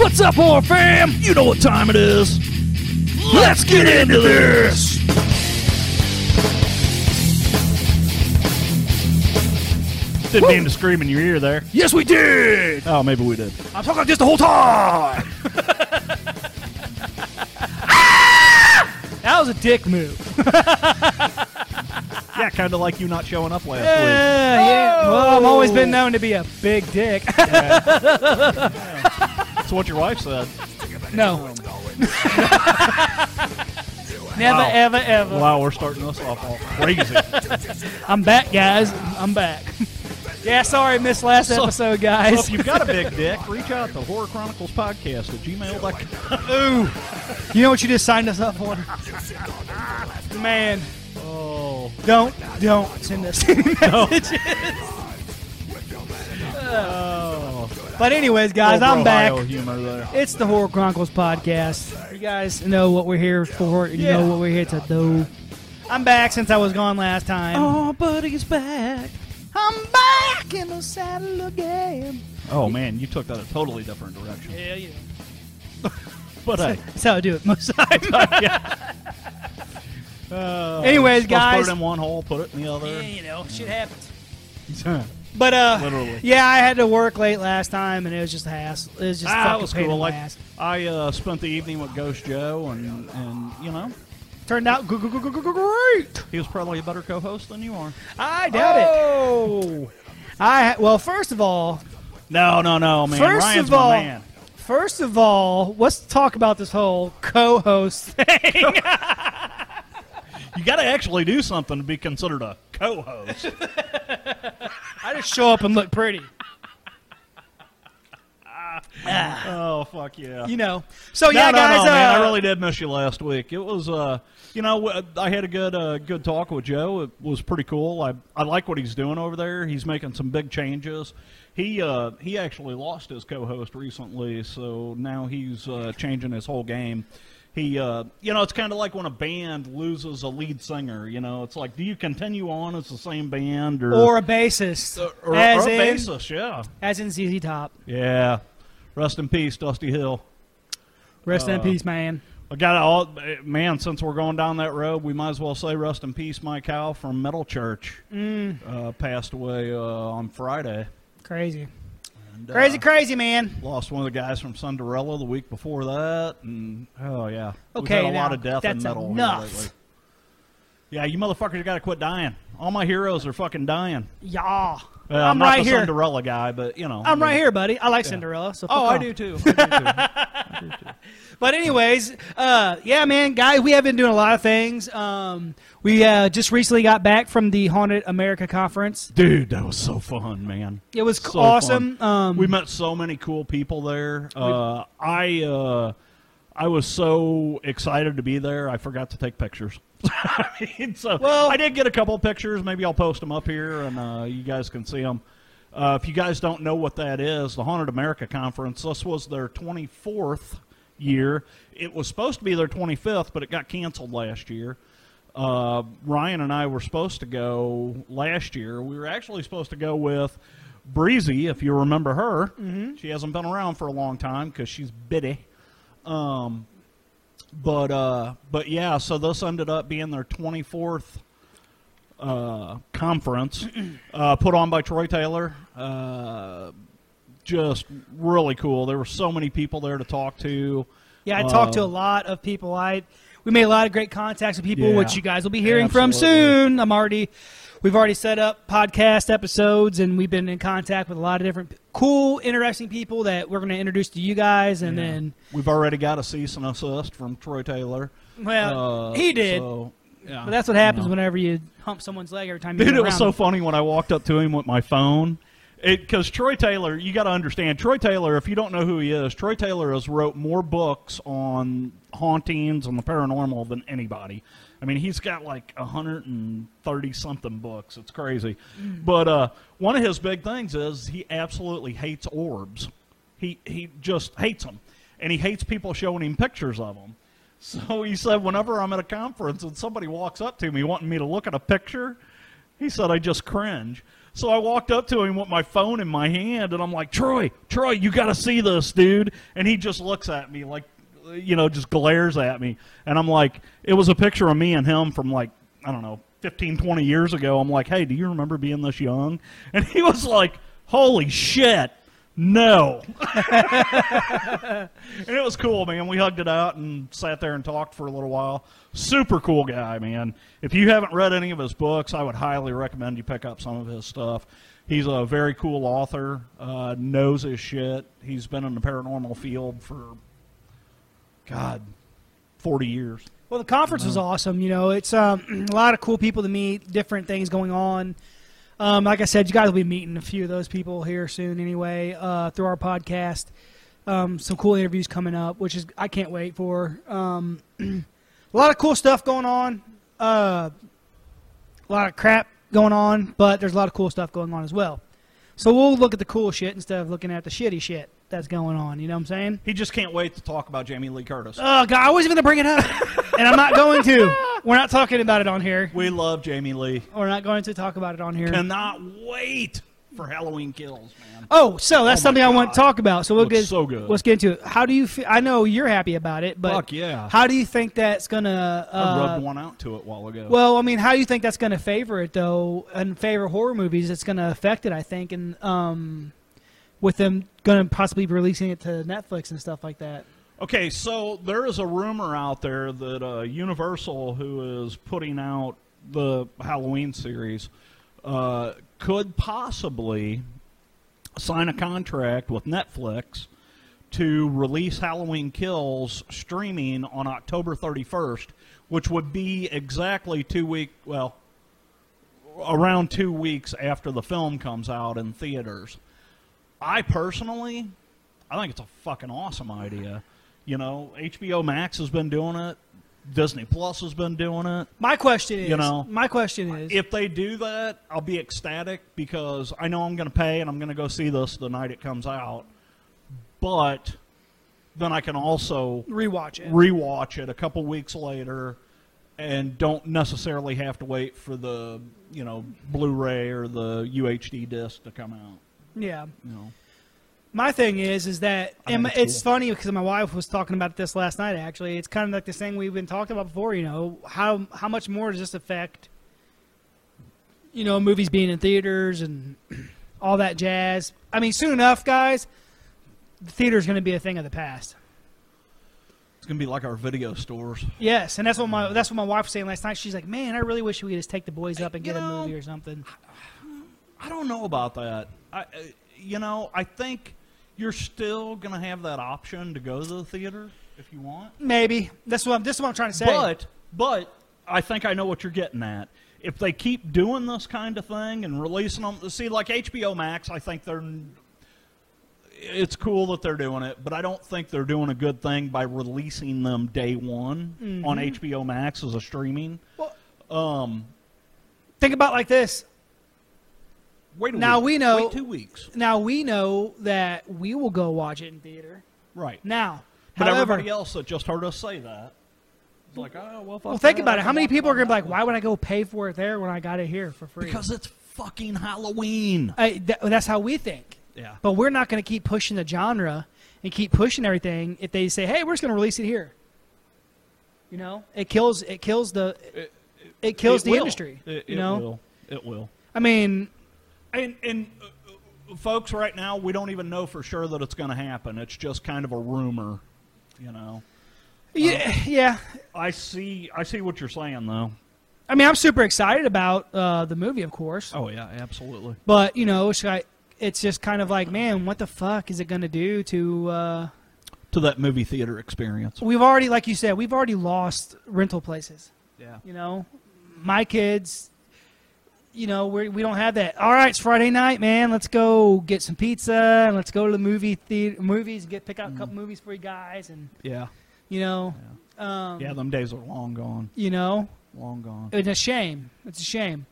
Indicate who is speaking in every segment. Speaker 1: What's up, horror fam? You know what time it is. Let's get into this.
Speaker 2: Didn't mean to scream in your ear there.
Speaker 1: Yes, we did.
Speaker 2: Oh, maybe we did.
Speaker 1: I'm talking like this the whole time.
Speaker 3: That was a dick move.
Speaker 2: Yeah, kind of like you not showing up last week.
Speaker 3: Yeah, yeah. Well, I've always been known to be a big dick.
Speaker 2: That's what your wife said.
Speaker 3: no. Never, ever, ever.
Speaker 2: Wow, we're starting us off all crazy.
Speaker 3: I'm back, guys. I'm back. yeah, sorry, missed last
Speaker 2: So-
Speaker 3: episode,
Speaker 2: So
Speaker 3: guys.
Speaker 2: if you've got a big dick, reach out to Horror Chronicles Podcast at gmail.com.
Speaker 3: You know what you just signed us up for? Man,
Speaker 2: Oh,
Speaker 3: don't, don't send us any messages.
Speaker 2: oh.
Speaker 3: But anyways, guys,
Speaker 2: Over
Speaker 3: I'm back.
Speaker 2: Ohio humor there.
Speaker 3: It's the Horror Chronicles podcast. You guys know what we're here for. You
Speaker 2: Yeah.
Speaker 3: know what we're here to do. I'm back since I was gone last time.
Speaker 1: Oh, buddy's back.
Speaker 3: I'm back in the saddle again.
Speaker 2: Oh, man, you took that a totally different direction.
Speaker 3: Yeah, yeah.
Speaker 2: But hey,
Speaker 3: That's how I do it most of the time.
Speaker 2: uh,
Speaker 3: Anyways,
Speaker 2: let's
Speaker 3: guys.
Speaker 2: Put it in one hole, put it in the
Speaker 3: yeah,
Speaker 2: other.
Speaker 3: you know, shit happens. But uh,
Speaker 2: Literally.
Speaker 3: yeah, I had to work late last time, and it was just a hassle. It was just
Speaker 2: Ah, that
Speaker 3: fucking
Speaker 2: was
Speaker 3: pain in
Speaker 2: cool.
Speaker 3: the
Speaker 2: Like
Speaker 3: ass.
Speaker 2: I uh, spent the evening with Ghost Joe, and and you know
Speaker 3: Turned out g- g- g- g- great.
Speaker 2: he was probably a better co-host than you are.
Speaker 3: I doubt it.
Speaker 2: Oh
Speaker 3: I ha- well, first of all,
Speaker 2: no, no, no, man!
Speaker 3: First
Speaker 2: Ryan's
Speaker 3: of all-
Speaker 2: my man.
Speaker 3: first of all, let's talk about this whole co-host thing.
Speaker 2: You got to actually do something to be considered a co-host.
Speaker 3: I just show up and look pretty.
Speaker 2: oh fuck yeah!
Speaker 3: you know. So
Speaker 2: no,
Speaker 3: yeah,
Speaker 2: no,
Speaker 3: guys.
Speaker 2: no,
Speaker 3: uh,
Speaker 2: man, I really did miss you last week. It was, uh, you know, w- I had a good, uh, good talk with Joe. It was pretty cool. I, I like what he's doing over there. He's making some big changes. He, uh, he actually lost his co-host recently, so now he's uh, changing his whole game. He, uh, you know, it's kind of like when a band loses a lead singer. You know, it's like, do you continue on as the same band or
Speaker 3: or a bassist,
Speaker 2: or, Uh, or
Speaker 3: as
Speaker 2: a
Speaker 3: in
Speaker 2: bassist? Yeah,
Speaker 3: as in ZZ Top.
Speaker 2: yeah. Rest in peace, Dusty Hill.
Speaker 3: Rest
Speaker 2: Uh.
Speaker 3: in peace, man.
Speaker 2: I got all man. Since we're going down that road, we might as well say rest in peace, Mike Howell from Metal Church.
Speaker 3: Mm.
Speaker 2: Uh, passed away uh, on Friday.
Speaker 3: Crazy,
Speaker 2: And, uh,
Speaker 3: crazy, crazy, man.
Speaker 2: Lost one of the guys from Cinderella the week before that, and oh yeah, We've
Speaker 3: Okay,
Speaker 2: had a lot
Speaker 3: now,
Speaker 2: of death in
Speaker 3: that's
Speaker 2: metal here
Speaker 3: enough.
Speaker 2: lately. Yeah, you motherfuckers got to quit dying. All my heroes are fucking dying.
Speaker 3: Yeah,
Speaker 2: Uh,
Speaker 3: I'm
Speaker 2: not
Speaker 3: right
Speaker 2: the
Speaker 3: here.
Speaker 2: Cinderella guy, but you know, I
Speaker 3: I'm right
Speaker 2: mean-
Speaker 3: here, buddy. I like Cinderella. So
Speaker 2: Oh,
Speaker 3: fuck
Speaker 2: I
Speaker 3: off.
Speaker 2: do too. I do too.
Speaker 3: But anyways, uh, yeah, man, guys, we have been doing a lot of things. Um, we uh, just recently got back from the Haunted America conference.
Speaker 2: Dude, that was so fun, man.
Speaker 3: It was
Speaker 2: so
Speaker 3: awesome.
Speaker 2: fun.
Speaker 3: Um,
Speaker 2: we met so many cool people there. Uh, I uh, I was so excited to be there. I forgot to take pictures. I mean, so
Speaker 3: Well-
Speaker 2: I did get a couple pictures. Maybe I'll post them up here, and uh, you guys can see them. Uh, if you guys don't know what that is, the Haunted America Conference. This was their 24th year. It was supposed to be their 25th, but it got canceled last year uh, Ryan and I were supposed to go last year. We were actually supposed to go with Breezy, if you remember her.
Speaker 3: Mm-hmm.
Speaker 2: She hasn't been around for a long time because she's bitty. Um, but uh, but yeah, so this ended up being their twenty fourth uh, conference, uh, put on by Troy Taylor. Uh, just really cool. There were so many people there to talk to.
Speaker 3: Yeah, I talked to a
Speaker 2: Um,
Speaker 3: lot of people. I we made a lot of great contacts with people,
Speaker 2: Yeah.
Speaker 3: which you guys will be hearing from
Speaker 2: Absolutely.
Speaker 3: soon. I'm already we've already set up podcast episodes, and we've been in contact with a lot of different cool, interesting people that we're going to introduce to you guys, and then
Speaker 2: We've already got a cease and assist from Troy Taylor. Uh,
Speaker 3: well, he did.
Speaker 2: so, yeah.
Speaker 3: but that's what happens whenever you hump someone's leg every time. you
Speaker 2: Dude,
Speaker 3: get
Speaker 2: it was
Speaker 3: around
Speaker 2: so
Speaker 3: them.
Speaker 2: funny when I walked up to him with my phone. Because Troy Taylor, you got to understand, Troy Taylor, if you don't know who he is, Troy Taylor has wrote more books on hauntings and the paranormal than anybody. I mean, he's got like 130 something books. It's crazy.
Speaker 3: Mm.
Speaker 2: But uh, one of his big things is he absolutely hates orbs. He, he just hates them. And he hates people showing him pictures of them. So he said, whenever I'm at a conference and somebody walks up to me wanting me to look at a picture, He said, I just cringe. So I walked up to him with my phone in my hand, and I'm like, Troy, Troy, you got to see this, dude. And he just looks at me like, you know, just glares at me. And I'm like, it was a picture of me and him from like, I don't know, 15, 20 years ago. I'm like, hey, do you remember being this young? And he was like, holy shit, no. and it was cool, man. We hugged it out and sat there and talked for a little while. Super cool guy, man. If you haven't read any of his books, I would highly recommend you pick up some of his stuff. He's a very cool author, uh, knows his shit. He's been in the paranormal field for, God, 40 years.
Speaker 3: Well, the conference was awesome. You know, it's um, a lot of cool people to meet, different things going on. Um, like I said, you guys will be meeting a few of those people here soon anyway uh, through our podcast. Um, some cool interviews coming up, which is I can't wait for. Um, a lot of cool stuff going on. Uh, a lot of crap going on, but there's a lot of cool stuff going on as well. So we'll look at the cool shit instead of looking at the shitty shit that's going on. You know what I'm saying?
Speaker 2: He just can't wait to talk about Jamie Lee Curtis.
Speaker 3: Oh God, I wasn't going to bring it up, and I'm not going to. We're not talking about it on here.
Speaker 2: we love Jamie Lee.
Speaker 3: We're not going to talk about it on here.
Speaker 2: Cannot wait for Halloween Kills, man.
Speaker 3: Oh, so that's
Speaker 2: Oh, my
Speaker 3: something I want to
Speaker 2: God.
Speaker 3: talk about. So we'll
Speaker 2: Looks
Speaker 3: get
Speaker 2: so good.
Speaker 3: Let's get into it. How do you? Fe- I know you're happy about it, but
Speaker 2: Fuck yeah.
Speaker 3: How do you think that's gonna?
Speaker 2: I rubbed
Speaker 3: Uh,
Speaker 2: one out to it while ago.
Speaker 3: well, I mean, how do you think that's gonna favor it though? And favor horror movies, it's gonna affect it, I think, and um, with them gonna possibly be releasing it to Netflix and stuff like that.
Speaker 2: Okay, so there is a rumor out there that uh, Universal, who is putting out the Halloween series, uh, could possibly sign a contract with Netflix to release Halloween Kills streaming on October 31st, which would be exactly two week well around 2 weeks after the film comes out in theaters. I personally I think it's a fucking awesome idea. You know, HBO Max has been doing it. Disney Plus has been doing it.
Speaker 3: My question is,
Speaker 2: You know,
Speaker 3: my question is,
Speaker 2: If they do that, I'll be ecstatic because I know I'm going to pay and I'm going to go see this the night it comes out. But then I can also
Speaker 3: rewatch it.
Speaker 2: rewatch it a couple weeks later and don't necessarily have to wait for the, you know, Blu-ray or the UHD disc to come out,
Speaker 3: yeah.
Speaker 2: you know.
Speaker 3: My thing is, is that
Speaker 2: I think
Speaker 3: and
Speaker 2: it's
Speaker 3: it's funny because my wife was talking about this last night. Actually, it's kind of like this thing we've been talking about before. You know, how how much more does this affect? You know, movies being in theaters and all that jazz. I mean, soon enough, guys, the theater's going to be a thing of the past.
Speaker 2: It's going to be like our video stores.
Speaker 3: Yes, and that's what my that's what my wife was saying last night. She's like, "Man, I really wish we could just take the boys up and
Speaker 2: You
Speaker 3: get a
Speaker 2: know,
Speaker 3: movie or something."
Speaker 2: I don't know about that. I, uh, you know, I think you're still going to have that option to go to the theater if you want.
Speaker 3: Maybe that's what I'm, this is what I'm trying to say.
Speaker 2: But, but I think I know what you're getting at. If they keep doing this kind of thing and releasing them, see, like HBO Max, I think they're. It's cool that they're doing it, but I don't think they're doing a good thing by releasing them day one on
Speaker 3: Mm-hmm.
Speaker 2: HBO Max as a streaming.
Speaker 3: think about it like this:
Speaker 2: Wait a
Speaker 3: Now
Speaker 2: week.
Speaker 3: we know-
Speaker 2: Wait two weeks.
Speaker 3: Now we know that we will go watch it in theater.
Speaker 2: Right.
Speaker 3: Now,
Speaker 2: But
Speaker 3: however,
Speaker 2: everybody else that just heard us say that is like, oh, well, fuck
Speaker 3: well, think
Speaker 2: that,
Speaker 3: about
Speaker 2: I
Speaker 3: it. How
Speaker 2: can
Speaker 3: many
Speaker 2: watch
Speaker 3: people are
Speaker 2: on
Speaker 3: going to be like,
Speaker 2: Netflix.
Speaker 3: why would I go pay for it there when I got it here for free?
Speaker 2: Because it's fucking Halloween.
Speaker 3: I, tha- that's how we think.
Speaker 2: Yeah.
Speaker 3: But we're not going to keep pushing the genre and keep pushing everything if they say, hey, we're just going to release it here. You know, it kills. It kills the. It, kills
Speaker 2: It
Speaker 3: the
Speaker 2: will.
Speaker 3: industry.
Speaker 2: It,
Speaker 3: you
Speaker 2: it
Speaker 3: know,
Speaker 2: will. It will.
Speaker 3: I mean,
Speaker 2: And, and uh, uh, folks, right now, we don't even know for sure that it's going to happen. It's just kind of a rumor, you know. Uh-huh.
Speaker 3: yeah, yeah.
Speaker 2: I see. I see what you're saying, though.
Speaker 3: I mean, I'm super excited about uh, the movie, of course.
Speaker 2: Oh yeah, absolutely.
Speaker 3: But you know, it's like it's just kind of like, man, what the fuck is it going to do to? Uh,
Speaker 2: To that movie theater experience.
Speaker 3: we've already like you said we've already lost rental places
Speaker 2: Yeah.
Speaker 3: you know my kids you know we're, we don't have that all right it's friday night man let's go get some pizza and let's go to the movie theater movies and get pick out a couple movies for you guys and
Speaker 2: Yeah.
Speaker 3: you know um,
Speaker 2: Yeah. Them days are long gone.
Speaker 3: you know
Speaker 2: Long gone.
Speaker 3: it's a shame it's a shame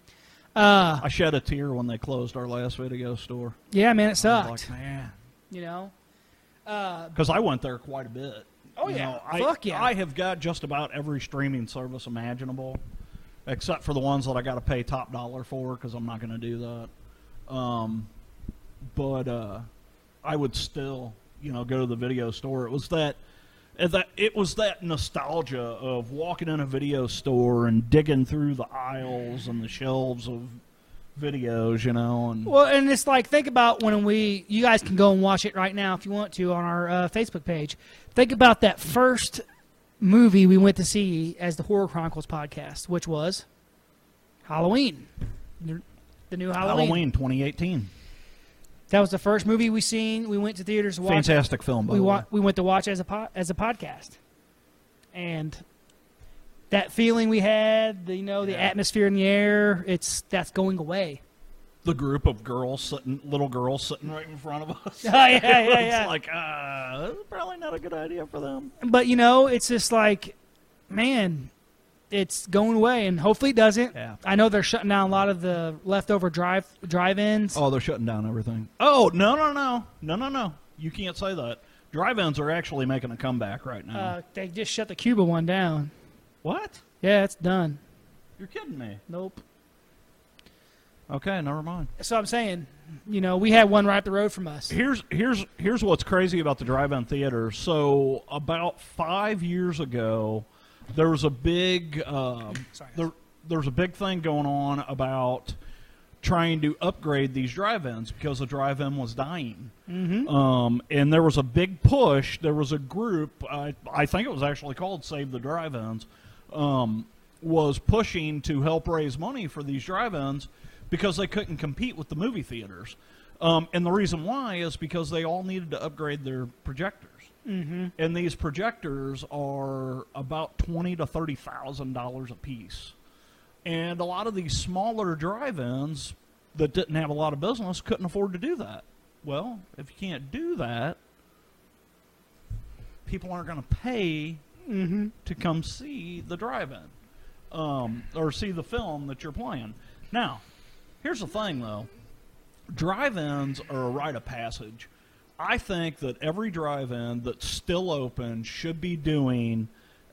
Speaker 3: uh,
Speaker 2: I shed a tear when they closed our last video store.
Speaker 3: yeah man it
Speaker 2: I was
Speaker 3: sucked
Speaker 2: Like, man.
Speaker 3: you know uh,
Speaker 2: because I went there quite a bit.
Speaker 3: Oh,
Speaker 2: You
Speaker 3: yeah.
Speaker 2: know, I,
Speaker 3: Fuck yeah.
Speaker 2: I have got just about every streaming service imaginable, except for the ones that I got to pay top dollar for because I'm not going to do that. Um, but uh, I would still, you know, go to the video store. It was that. and That it was that nostalgia of walking in a video store and digging through the aisles and the shelves of videos, you know, and
Speaker 3: Well, and it's like think about when we you guys can go and watch it right now if you want to on our uh, Facebook page. Think about that first movie we went to see as the Horror Chronicles podcast, which was Halloween, the new Halloween.
Speaker 2: Halloween 2018.
Speaker 3: That was the first movie we seen. We went to theaters to watch. it.
Speaker 2: Fantastic film, by
Speaker 3: we
Speaker 2: the way.
Speaker 3: wa- we went to watch as a po- as a podcast, and that feeling we had, the, you know, the atmosphere in the air, it's that's going away.
Speaker 2: the group of girls sitting, little girls sitting right in front of us.
Speaker 3: Oh, yeah, yeah,
Speaker 2: it's
Speaker 3: yeah.
Speaker 2: like, uh, probably not a good idea for them.
Speaker 3: but you know, it's just like, man, it's going away, and hopefully it doesn't.
Speaker 2: Yeah.
Speaker 3: I know they're shutting down a lot of the leftover drive drive-ins.
Speaker 2: Oh, they're shutting down everything. Oh, no, no, no. No, no, no. You can't say that. Drive-ins are actually making a comeback right now.
Speaker 3: Uh, they just shut the Cuba one down.
Speaker 2: what?
Speaker 3: Yeah, it's done.
Speaker 2: You're kidding me.
Speaker 3: Nope.
Speaker 2: Okay, never mind.
Speaker 3: So I'm saying, you know, we had one right up the road from us.
Speaker 2: Here's here's here's what's crazy about the drive-in theater. So about five years ago, there was a big um,
Speaker 3: Sorry, guys.
Speaker 2: there, there's a big thing going on about trying to upgrade these drive-ins because the drive-in was dying. Mm-hmm. Um, and there was a big push. There was a group. I I think it was actually called Save the Drive-ins. Um, was pushing to help raise money for these drive-ins because they couldn't compete with the movie theaters. Um, and the reason why is because they all needed to upgrade their projectors. Mm-hmm. And these projectors are about twenty to thirty thousand dollars a piece. And a lot of these smaller drive-ins that didn't have a lot of business couldn't afford to do that. Well, if you can't do that, people aren't going to pay to come see the drive-in um, or see the film that you're playing. Now, here's the thing, though. Drive-ins are a rite of passage. I think that every drive-in that's still open should be doing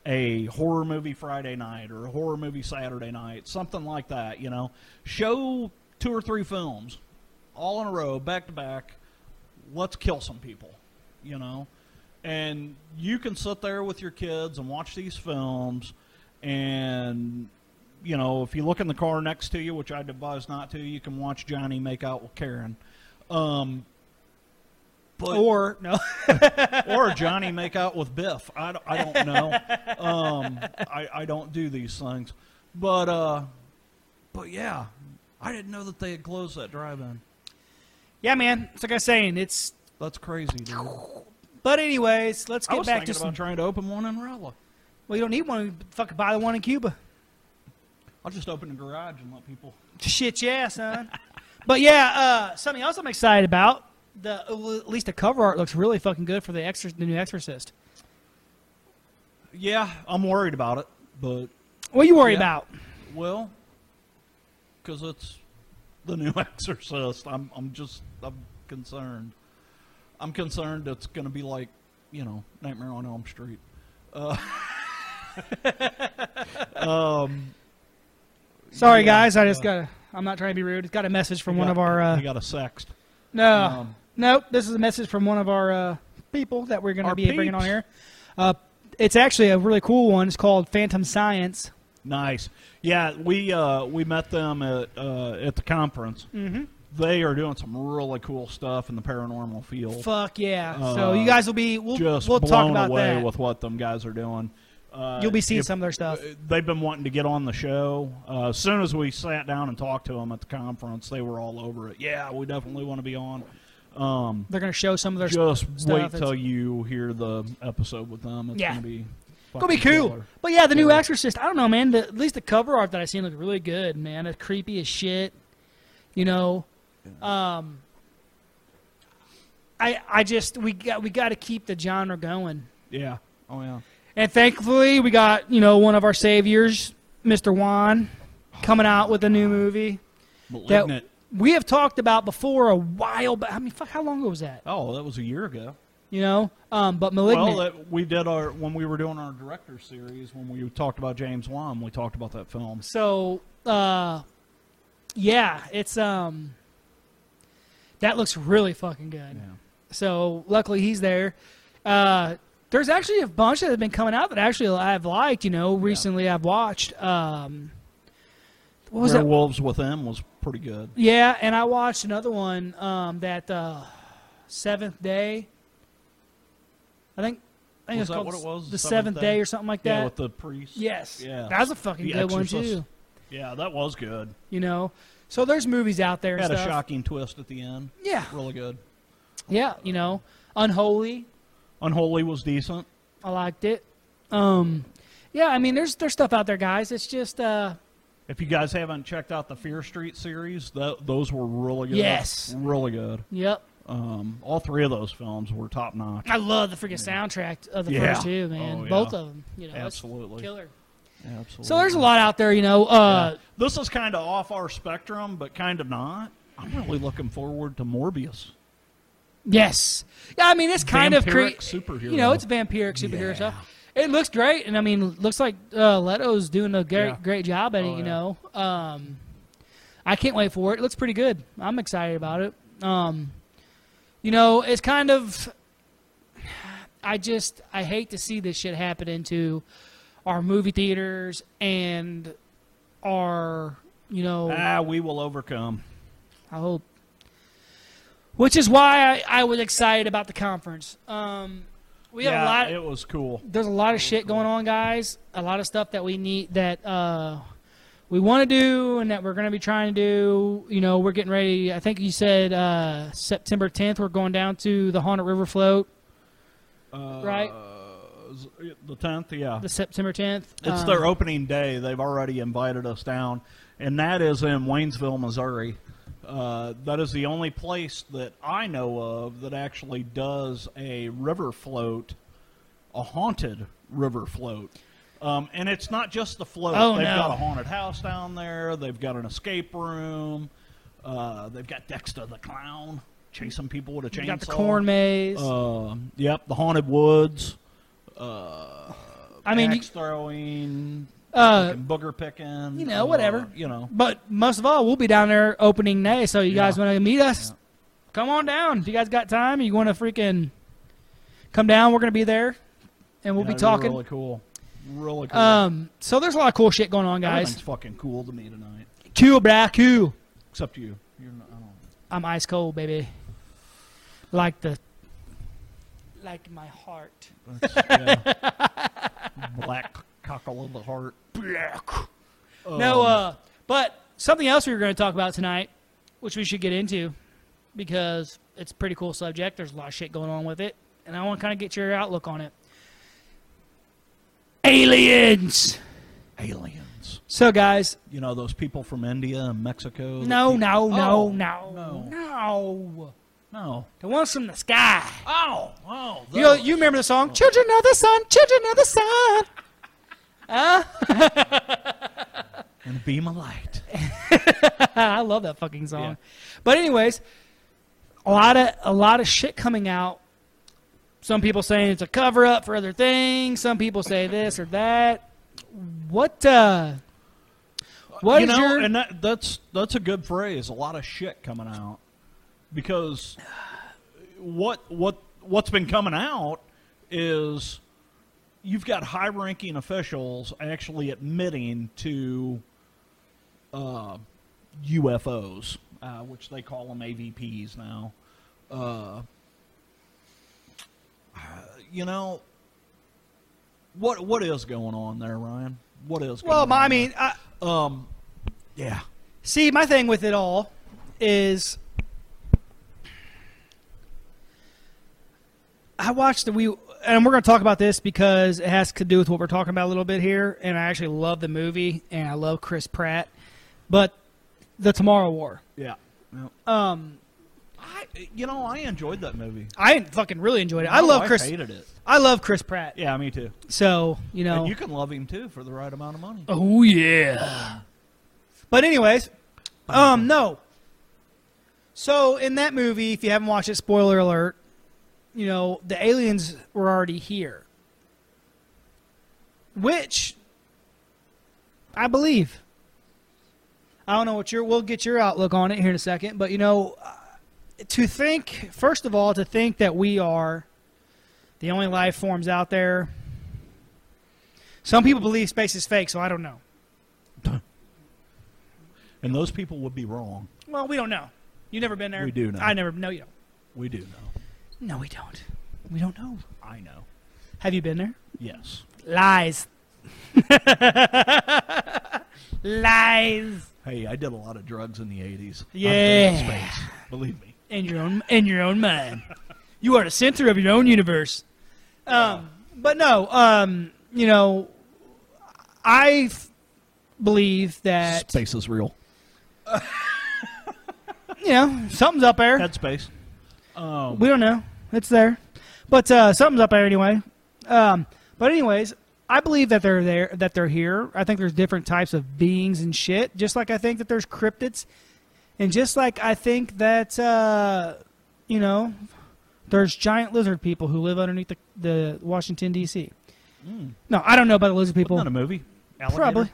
Speaker 2: a horror movie Friday night or a horror movie Saturday night, something like that. You know, show two or three films all in a row, back to back. Let's kill some people. You know, and you can sit there with your kids and watch these films, and you know, if you look in the car next to you, which I'd advise not to, you can watch Johnny make out with Karen. Um, but,
Speaker 3: Or no,
Speaker 2: or Johnny make out with Biff. I don't, I don't know. Um, I, I don't do these things. But uh, but yeah, I didn't know that they had closed that drive-in.
Speaker 3: yeah, man. It's like I'm saying, it's.
Speaker 2: That's crazy, dude.
Speaker 3: But anyways, let's
Speaker 2: I
Speaker 3: get
Speaker 2: was
Speaker 3: back
Speaker 2: thinking
Speaker 3: to
Speaker 2: about
Speaker 3: some.
Speaker 2: trying to open one in Rella.
Speaker 3: well, you don't need one. We Fucking buy the one in Cuba.
Speaker 2: I'll just open a garage and let people.
Speaker 3: Shit, yeah, son. but yeah, uh, something else I'm excited about. The at least the cover art looks really fucking good for the exor- the new Exorcist.
Speaker 2: Yeah, I'm worried about it, but
Speaker 3: What you worry
Speaker 2: Yeah.
Speaker 3: about?
Speaker 2: well, because it's the new Exorcist. I'm I'm just I'm concerned. I'm concerned it's going to be like you know Nightmare on Elm Street.
Speaker 3: Sorry,
Speaker 2: Yeah,
Speaker 3: guys, I just got. to I'm not trying to be rude. It's got a message from
Speaker 2: We
Speaker 3: one
Speaker 2: got-
Speaker 3: of our. Uh, Ah.
Speaker 2: we got a sext.
Speaker 3: no,
Speaker 2: um,
Speaker 3: nope. This is a message from one of our uh, people that we're going to
Speaker 2: Our
Speaker 3: be bringing on
Speaker 2: peeps.
Speaker 3: here. Uh, it's actually a really cool one. It's called Phantom Science.
Speaker 2: Nice. Yeah, we uh, we met them at uh, at the conference. Mm-hmm. They are doing some really cool stuff in the paranormal field.
Speaker 3: Fuck yeah! so
Speaker 2: Uh,
Speaker 3: you guys will be. We'll
Speaker 2: Just
Speaker 3: we'll
Speaker 2: blown
Speaker 3: talk about
Speaker 2: away
Speaker 3: that.
Speaker 2: with what them guys are doing. Uh,
Speaker 3: You'll be seeing
Speaker 2: if-
Speaker 3: some of their stuff.
Speaker 2: They've been wanting to get on the show. Uh, as soon as we sat down and talked to them at the conference, they were all over it. Yeah, we definitely want to be on. Um,
Speaker 3: They're going to show some of their
Speaker 2: just
Speaker 3: stuff.
Speaker 2: wait
Speaker 3: It's-
Speaker 2: till you hear the episode with them. It's
Speaker 3: Yeah.
Speaker 2: gonna be
Speaker 3: gonna be
Speaker 2: fucking
Speaker 3: cool.
Speaker 2: killer.
Speaker 3: But yeah, the new Exorcist. I don't know, man. The, at least the cover art that I seen looked really good, man. It's creepy as shit. You know, um, I I just we got we got to keep the genre going,
Speaker 2: Yeah. Oh yeah.
Speaker 3: and thankfully we got you know one of our saviors, Mr. Juan, coming out with a new movie that
Speaker 2: Malignant.
Speaker 3: we have talked about before a while. But I mean, fuck, how long ago was that?
Speaker 2: oh, that was a year ago.
Speaker 3: You know, um, but malignant.
Speaker 2: Well, that we did our when we were doing our director series when we talked about James Wan, we talked about that film.
Speaker 3: so, uh, yeah, it's um, that looks really fucking good.
Speaker 2: Yeah.
Speaker 3: So luckily he's there. Uh, there's actually a bunch that have been coming out that actually I've liked. You know, recently I've watched. Um, what was that?
Speaker 2: Werewolves Within was pretty good.
Speaker 3: Yeah, and I watched another one um, that uh, Seventh Day. I think. I think
Speaker 2: Was
Speaker 3: it's
Speaker 2: that
Speaker 3: called
Speaker 2: what it was?
Speaker 3: the
Speaker 2: Seventh
Speaker 3: Seventh Day
Speaker 2: Day?
Speaker 3: or something like
Speaker 2: Yeah,
Speaker 3: that.
Speaker 2: with the priest.
Speaker 3: yes,
Speaker 2: Yeah.
Speaker 3: that was a fucking
Speaker 2: The
Speaker 3: good one
Speaker 2: Exorcist.
Speaker 3: too.
Speaker 2: Yeah, that was good.
Speaker 3: You know, so there's movies out there. And
Speaker 2: Had a
Speaker 3: stuff.
Speaker 2: shocking twist at the end.
Speaker 3: Yeah,
Speaker 2: Really good.
Speaker 3: yeah. You know, Unholy.
Speaker 2: Unholy was decent.
Speaker 3: I liked it. Um, yeah, I mean, there's there's stuff out there, guys. It's just uh,
Speaker 2: If you guys haven't checked out the Fear Street series, tho- those were really good.
Speaker 3: Yes.
Speaker 2: really good.
Speaker 3: yep.
Speaker 2: Um, all three of those films were top notch.
Speaker 3: I love the freaking soundtrack of the
Speaker 2: Yeah.
Speaker 3: first two, man.
Speaker 2: Oh, yeah.
Speaker 3: Both of them. You know, it's
Speaker 2: Absolutely.
Speaker 3: killer.
Speaker 2: Absolutely.
Speaker 3: So there's a lot out there, you know. Uh,
Speaker 2: This is kind of off our spectrum, but kind of not. I'm really looking forward to Morbius.
Speaker 3: Yes. Yeah, I mean it's kind of
Speaker 2: Vampiric
Speaker 3: cre-
Speaker 2: superhero.
Speaker 3: You know, it's vampiric superhero
Speaker 2: Yeah.
Speaker 3: stuff. It looks great, and I mean, looks like uh, Leto's doing a great,
Speaker 2: Yeah.
Speaker 3: great job at it.
Speaker 2: Oh,
Speaker 3: you
Speaker 2: yeah.
Speaker 3: know, um, I can't wait for it. It looks pretty good. I'm excited about it. Um, you know, it's kind of. I just I hate to see this shit happen into our movie theaters and our you know
Speaker 2: Ah, we will overcome.
Speaker 3: I hope. Which is why I, I was excited about the conference. Um, we have
Speaker 2: yeah,
Speaker 3: a lot.
Speaker 2: it was cool.
Speaker 3: there's a lot of shit going on, guys. A lot of stuff that we need that uh, we want to do and that we're going to be trying to do. You know, we're getting ready. I think you said uh, September 10th. We're going down to the Haunted River Float,
Speaker 2: Uh,
Speaker 3: right?
Speaker 2: is it The tenth, yeah.
Speaker 3: the September 10th.
Speaker 2: It's
Speaker 3: Um,
Speaker 2: their opening day. They've already invited us down, and that is in Waynesville, Missouri. Uh, that is the only place that I know of that actually does a river float, a haunted river float. Um, and it's not just the float.
Speaker 3: Oh,
Speaker 2: they've
Speaker 3: no.
Speaker 2: got a haunted house down there. They've got an escape room. Uh, they've got Dexter the clown chasing people with a chainsaw.
Speaker 3: we got the corn maze.
Speaker 2: Uh, yep, the haunted woods.
Speaker 3: I mean, you-
Speaker 2: axe throwing,
Speaker 3: uh,
Speaker 2: fucking booger picking.
Speaker 3: you know,
Speaker 2: uh,
Speaker 3: whatever.
Speaker 2: You know,
Speaker 3: But most of all, we'll be down there opening day. So you
Speaker 2: Yeah.
Speaker 3: guys want to meet us? Come on down. If you guys got time, you want to freaking come down. We're gonna be there, and we'll
Speaker 2: Yeah,
Speaker 3: be
Speaker 2: they're
Speaker 3: talking.
Speaker 2: Really cool. Really cool.
Speaker 3: um, so there's a lot of cool shit going on,
Speaker 2: Everything's
Speaker 3: guys.
Speaker 2: fucking cool to me tonight,
Speaker 3: Cool, brah, cool.
Speaker 2: except you. You're not. I don't-
Speaker 3: I'm ice cold, baby. Like the, like my heart.
Speaker 2: that's- yeah. Black cockle of the heart.
Speaker 3: No,
Speaker 2: Um,
Speaker 3: uh, but something else we were going to talk about tonight, which we should get into because it's a pretty cool subject. There's a lot of shit going on with it, and I want to kind of get your outlook on it. Aliens.
Speaker 2: Aliens.
Speaker 3: So, guys,
Speaker 2: You know those people from India and Mexico. that
Speaker 3: no,
Speaker 2: keep-
Speaker 3: no, no,
Speaker 2: Oh,
Speaker 3: no,
Speaker 2: no.
Speaker 3: no.
Speaker 2: No.
Speaker 3: The ones from the sky.
Speaker 2: Oh, oh.
Speaker 3: You know, you remember the song "Children of the Sun, Children of the Sun."
Speaker 2: and a beam of light.
Speaker 3: I love that fucking song. But anyways, a lot of a lot of shit coming out. Some people saying it's a cover up for other things. Some people say this or that. What uh what
Speaker 2: you
Speaker 3: is
Speaker 2: know,
Speaker 3: your
Speaker 2: and that, that's that's a good phrase. A lot of shit coming out because what what what's been coming out is you've got high-ranking officials actually admitting to uh, UFOs, uh, which they call them AVPs now. Uh, you know what what is going on there, Ryan? What is going
Speaker 3: Well,
Speaker 2: on there?
Speaker 3: I mean, I,
Speaker 2: yeah.
Speaker 3: see my thing with it all is I watched the we and we're going to talk about this because it has to do with what we're talking about a little bit here and I actually love the movie and I love Chris Pratt. But The Tomorrow War.
Speaker 2: Yeah. No.
Speaker 3: Um,
Speaker 2: I, you know, I enjoyed that movie.
Speaker 3: I fucking really enjoyed it. I love
Speaker 2: Oh, I
Speaker 3: Chris.
Speaker 2: Hated it.
Speaker 3: I love Chris Pratt.
Speaker 2: Yeah, me too.
Speaker 3: So you know.
Speaker 2: And you can love him too for the right amount of money.
Speaker 3: oh yeah. But anyways, um, no. So in that movie, if you haven't watched it, spoiler alert. you know, the aliens were already here, which I believe. I don't know what your we'll get your outlook on it here in a second, but you know, uh, to think first of all to think that we are the only life forms out there. Some people believe space is fake, so I don't know.
Speaker 2: And those people would be wrong.
Speaker 3: Well, we don't know. You've never been there.
Speaker 2: We do know.
Speaker 3: I never. No, you don't.
Speaker 2: We do know.
Speaker 3: No, we don't. We don't know.
Speaker 2: I know.
Speaker 3: Have you been there?
Speaker 2: Yes.
Speaker 3: Lies. Lies.
Speaker 2: Hey, I did a lot of drugs in the 80s. I've been
Speaker 3: Yeah.
Speaker 2: in Space. Believe me.
Speaker 3: In your own in your own mind. You are the center of your own universe. Um, but no, um, you know, I f- believe that
Speaker 2: Space is real.
Speaker 3: you know something's up there.
Speaker 2: Headspace. Um,
Speaker 3: We don't know. It's there, but uh, something's up there anyway. Um, but anyways, I believe that they're there, that they're here. I think there's different types of beings and shit. Just like I think that there's cryptids, and just like I think that uh, you know, there's giant lizard people who live underneath the, the Washington D.C. No, I don't know about the lizard people.
Speaker 2: Hmm. not a movie. Alligator?
Speaker 3: Probably.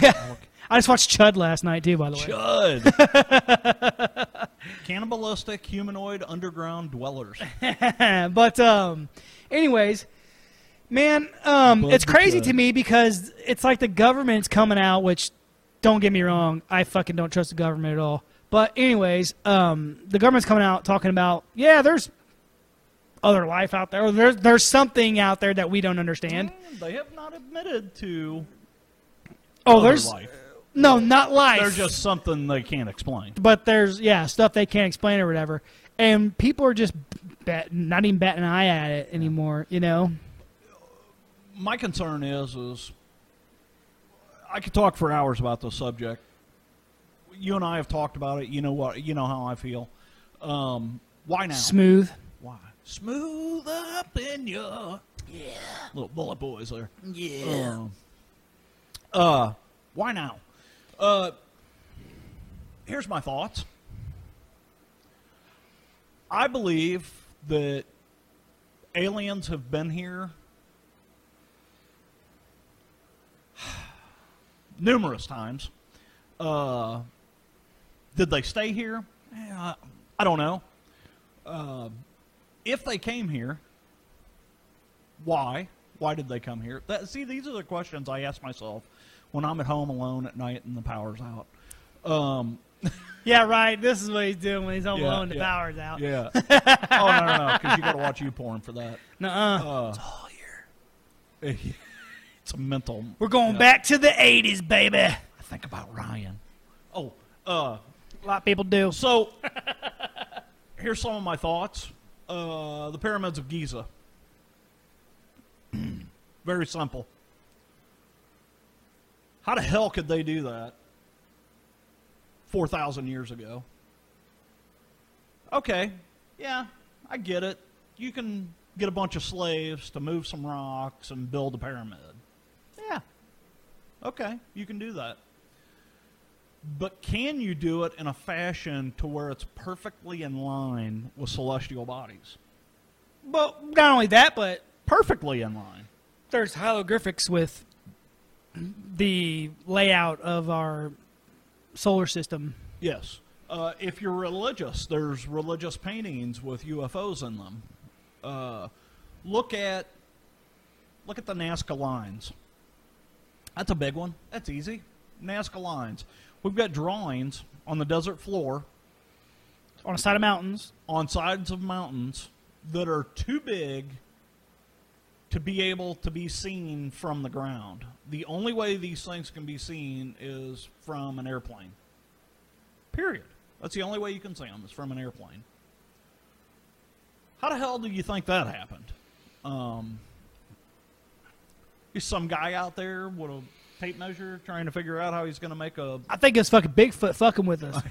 Speaker 3: Yeah. I just watched Chud last night too. By the way,
Speaker 2: Chud. Cannibalistic humanoid underground dwellers.
Speaker 3: but um, anyways, man, um,
Speaker 2: Above
Speaker 3: it's
Speaker 2: the
Speaker 3: crazy
Speaker 2: judge.
Speaker 3: to me because it's like the government's coming out. Which, don't get me wrong, I fucking don't trust the government at all. But anyways, um, the government's coming out talking about yeah, there's other life out there. Or there's there's something out there that we don't understand.
Speaker 2: they have not admitted to
Speaker 3: Oh,
Speaker 2: other
Speaker 3: there's
Speaker 2: life.
Speaker 3: no not life.
Speaker 2: They're just something they can't explain.
Speaker 3: but there's yeah stuff they can't explain or whatever, and people are just bat, not even batting an eye at it anymore. You know.
Speaker 2: My concern is, is I could talk for hours about this subject. You and I have talked about it. You know what? You know how I feel. Um, why now?
Speaker 3: Smooth.
Speaker 2: Why? Smooth up in your yeah. Little bullet boys there. Yeah. Um, uh, why now? Uh, here's my thoughts. I believe that aliens have been here numerous times. Uh, did they stay here? Eh, I, I don't know if they came here, why? Why did they come here? That, see, these are the questions I ask myself when I'm at home alone at night and the power's out. Um,
Speaker 3: Yeah, right. This is what he's doing when he's home
Speaker 2: Yeah,
Speaker 3: alone. The
Speaker 2: yeah.
Speaker 3: power's out.
Speaker 2: yeah. oh no, no, no, because you got to watch you porn for that.
Speaker 3: Nuh-uh.
Speaker 2: it's a mental.
Speaker 3: We're going back to the '80s, baby. A
Speaker 2: I think about Ryan. Oh, uh,
Speaker 3: lot of people do.
Speaker 2: so here's some of my thoughts. Uh, the pyramids of Giza. Very simple. How the hell could they do that 4,000 years ago? Okay, yeah, I get it. You can get a bunch of slaves to move some rocks and build a pyramid. Yeah, okay, you can do that. But can you do it in a fashion to where it's perfectly in line with celestial bodies?
Speaker 3: Well, not only that, but
Speaker 2: Perfectly in line.
Speaker 3: there's hieroglyphics with the layout of our solar system.
Speaker 2: Yes. Uh, if you're religious, there's religious paintings with UFOs in them. Uh, look at look at the Nazca lines. That's a big one. That's easy. Nazca lines. We've got drawings on the desert floor
Speaker 3: On the side of mountains,
Speaker 2: on sides of mountains that are too big to be able to be seen from the ground. The only way these things can be seen is from an airplane. Period. That's the only way you can see them is from an airplane. How the hell do you think that happened? Um, is some guy out there with a tape measure trying to figure out how he's going to make a
Speaker 3: I think it's fucking Bigfoot fucking with us.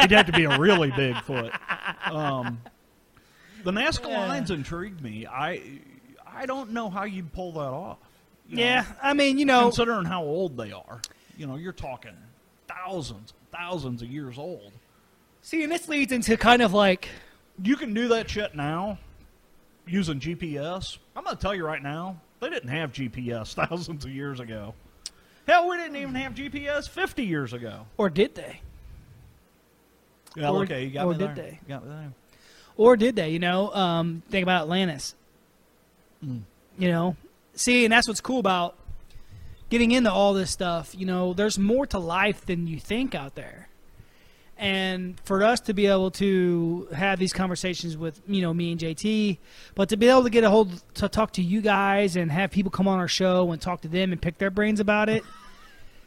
Speaker 2: He'd have to be a really big foot. Um, the Nazca
Speaker 3: Yeah.
Speaker 2: lines intrigued me. I I don't know how you'd pull that off. you know,
Speaker 3: yeah, Oh. I mean, you know,
Speaker 2: considering how old they are, you know, you're talking thousands, thousands of years old.
Speaker 3: see, and this leads into kind of like
Speaker 2: You can do that shit now using GPS. I'm going to tell you right now, they didn't have GPS thousands of years ago. Hell, we didn't even have GPS 50 years ago.
Speaker 3: Or did they?
Speaker 2: Yeah,
Speaker 3: Or-
Speaker 2: okay, you got
Speaker 3: or
Speaker 2: me
Speaker 3: did
Speaker 2: there.
Speaker 3: they?
Speaker 2: You got me there.
Speaker 3: Or did they? You know, um, think about Atlantis. You know, see, and that's what's cool about getting into all this stuff. You know, there's more to life than you think out there. And for us to be able to have these conversations with you know me and JT, but to be able to get a hold to talk to you guys and have people come on our show and talk to them and pick their brains about it,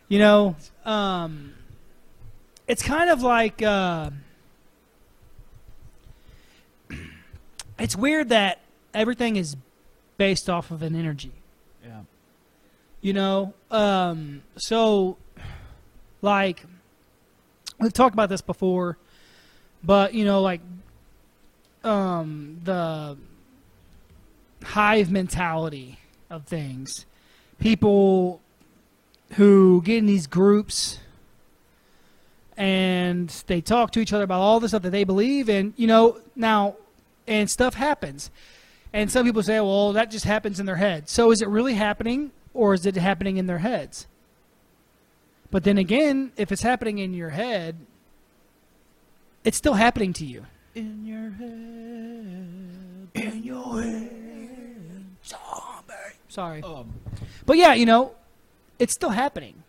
Speaker 3: you know, um, it's kind of like. Uh, it's weird that everything is based off of an energy
Speaker 2: Yeah.
Speaker 3: you know um so like we've talked about this before but you know like um the hive mentality of things people who get in these groups and they talk to each other about all the stuff that they believe and you know now and stuff happens and some people say well that just happens in their head so is it really happening or is it happening in their heads but then again if it's happening in your head it's still happening to you
Speaker 2: In your head.
Speaker 3: sorry
Speaker 2: Um,
Speaker 3: but yeah you know it's still happening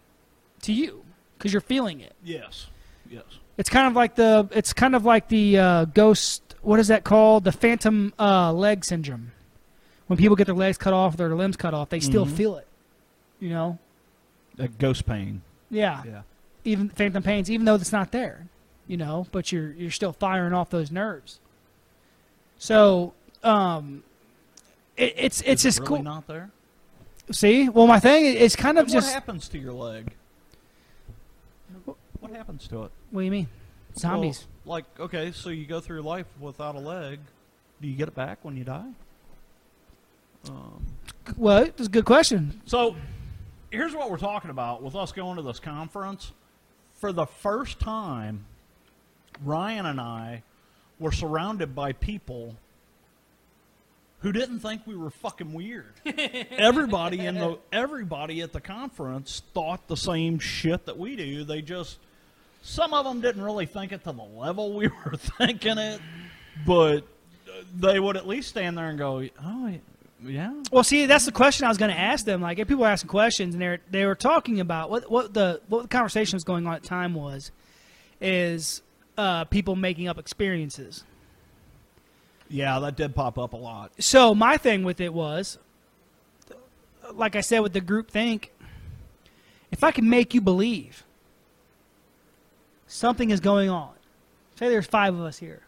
Speaker 3: to you because you're feeling it
Speaker 2: yes. Yes.
Speaker 3: It's kind of like the it's kind of like the uh, ghost. What is that called? The phantom uh, leg syndrome. When people get their legs cut off, their limbs cut off, they still
Speaker 2: Mhm.
Speaker 3: feel it. You know.
Speaker 2: That Uh, ghost pain.
Speaker 3: Yeah.
Speaker 2: Yeah.
Speaker 3: Even phantom pains, even though it's not there. You know, but you're you're still firing off those nerves. So um, it, it's it's
Speaker 2: Is
Speaker 3: just
Speaker 2: it really
Speaker 3: cool.
Speaker 2: not there?
Speaker 3: See, well, my thing is kind of
Speaker 2: And
Speaker 3: just.
Speaker 2: what happens to your leg? What happens to it?
Speaker 3: What do you mean? Zombies.
Speaker 2: Well, like, okay, so you go through life without a leg. Do you get it back when you die? Um,
Speaker 3: Well, it's a good question.
Speaker 2: so, here's what we're talking about with us going to this conference. For the first time, Ryan and I were surrounded by people who didn't think we were fucking weird. everybody in the everybody at the conference thought the same shit that we do. They just some of them didn't really think it to the level we were thinking it, but uh, they would at least stand there and go, "Oh, yeah."
Speaker 3: Well, see, that's the question I was going to ask them. Like, if people were asking questions, and they are they were talking about what what the what the conversation was going on at the time was, is uh, people making up experiences.
Speaker 2: Yeah, that did pop up a lot.
Speaker 3: So my thing with it was, like I said with the group think, if I can make you believe something is going on, say there's five of us here,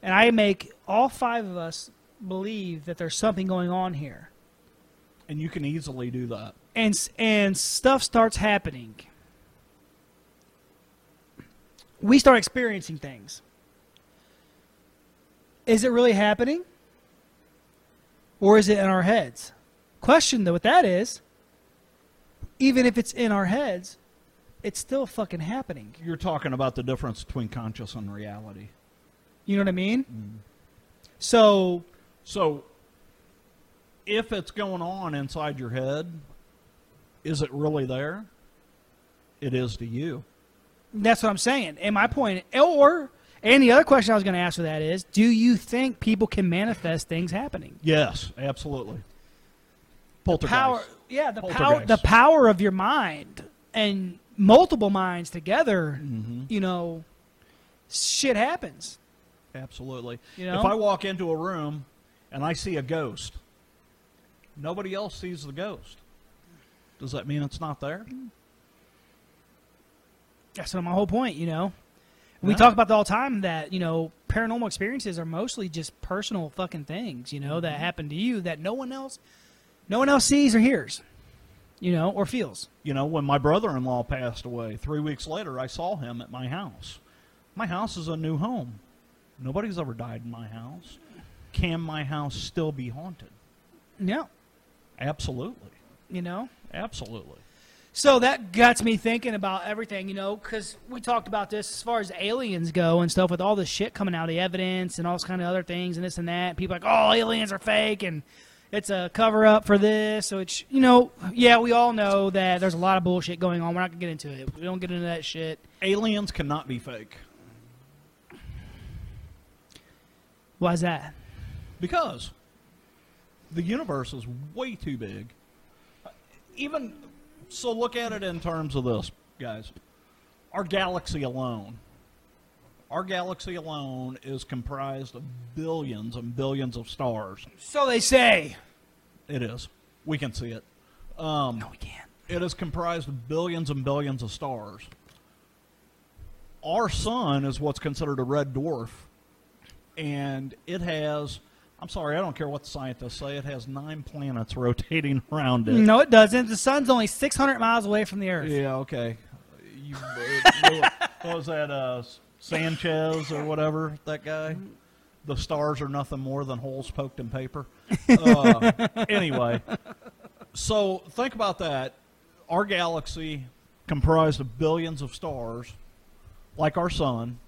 Speaker 3: and I make all five of us believe that there's something going on here.
Speaker 2: And you can easily do that.
Speaker 3: and s- and stuff starts happening. We start experiencing things. Is it really happening? Or is it in our heads? Question though with that is even if it's in our heads, it's still fucking happening.
Speaker 2: You're talking about the difference between conscious and reality.
Speaker 3: You know what I mean? So
Speaker 2: So, if it's going on inside your head, is it really there? It is to you.
Speaker 3: That's what I'm saying. And my point, or and the other question I was going to ask for that is, do you think people can manifest things happening?
Speaker 2: Yes, absolutely. Poltergeist.
Speaker 3: Power, yeah, the power,
Speaker 2: Poltergeist.
Speaker 3: the power of your mind and multiple minds together.
Speaker 2: Mm-hmm.
Speaker 3: You know, shit happens.
Speaker 2: Absolutely.
Speaker 3: You know?
Speaker 2: If I walk into a room and I see a ghost, nobody else sees the ghost. Does that mean it's not there?
Speaker 3: That's what my whole point. You know, we
Speaker 2: Yeah.
Speaker 3: talk about the all the time that you know paranormal experiences are mostly just personal fucking things. You know that
Speaker 2: Mm-hmm.
Speaker 3: happen to you that no one else, no one else sees or hears. You know, or feels.
Speaker 2: You know, when my brother in law passed away, three weeks later, I saw him at my house. My house is a new home. Nobody's ever died in my house. Can my house still be haunted?
Speaker 3: Yeah,
Speaker 2: Absolutely.
Speaker 3: you know.
Speaker 2: Absolutely.
Speaker 3: So that gets me thinking about everything, you know, because we talked about this as far as aliens go and stuff with all this shit coming out, the evidence and all this kind of other things and this and that. People are like, oh, aliens are fake and it's a cover up for this. Which, you know, yeah, we all know that there's a lot of bullshit going on. We're not going to get into it. We don't get into that shit.
Speaker 2: Aliens cannot be fake
Speaker 3: Why is that?
Speaker 2: because the universe is way too big. Even so, look at it in terms of this, guys. Our galaxy alone, our galaxy alone is comprised of billions and billions of stars.
Speaker 3: So they say.
Speaker 2: It is. We can see it.
Speaker 3: Um, No, we can't.
Speaker 2: It is comprised of billions and billions of stars. Our sun is what's considered a red dwarf, and it has. I'm sorry, I don't care what scientists say. It has nine planets rotating around it.
Speaker 3: No, it doesn't. The sun's only 600 miles away from the Earth.
Speaker 2: Yeah. Okay. You, uh, what was that? Uh, Sanchez or whatever that guy. The stars are nothing more than holes poked in paper. Uh, anyway, so think about that. Our galaxy comprised of billions of stars, like our sun.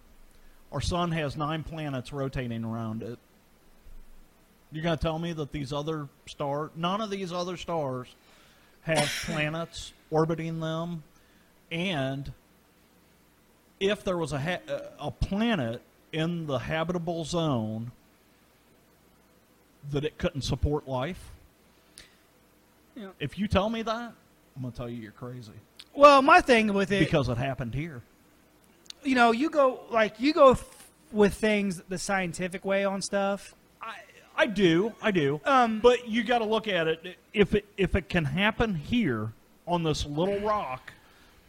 Speaker 2: Our sun has nine planets rotating around it. You're going to tell me that these other star, none of these other stars have planets orbiting them, and if there was a ha- a planet in the habitable zone that it couldn't support life.
Speaker 3: Yeah.
Speaker 2: If you tell me that, I'm gonna tell you you're crazy
Speaker 3: Well, my thing with it.
Speaker 2: because it happened here.
Speaker 3: you know, you go like you go th- with things the scientific way on stuff.
Speaker 2: I I do, I do.
Speaker 3: Um,
Speaker 2: but you got to look at it. If it if it can happen here on this little rock,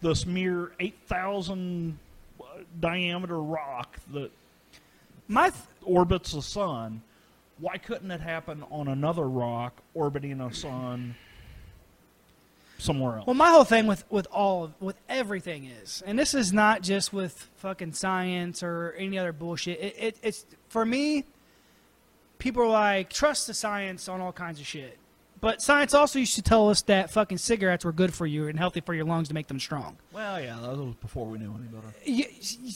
Speaker 2: this mere eight thousand uh, diameter rock that
Speaker 3: My th-
Speaker 2: orbits the sun, why couldn't it happen on another rock orbiting a sun somewhere else?
Speaker 3: well, my whole thing with with all of, with everything is, and this is not just with fucking science or any other bullshit. It, it, it's for me. People are like trust the science on all kinds of shit, but science also used to tell us that fucking cigarettes were good for you and healthy for your lungs to make them strong.
Speaker 2: Well, yeah, that was before we knew any better.
Speaker 3: Y-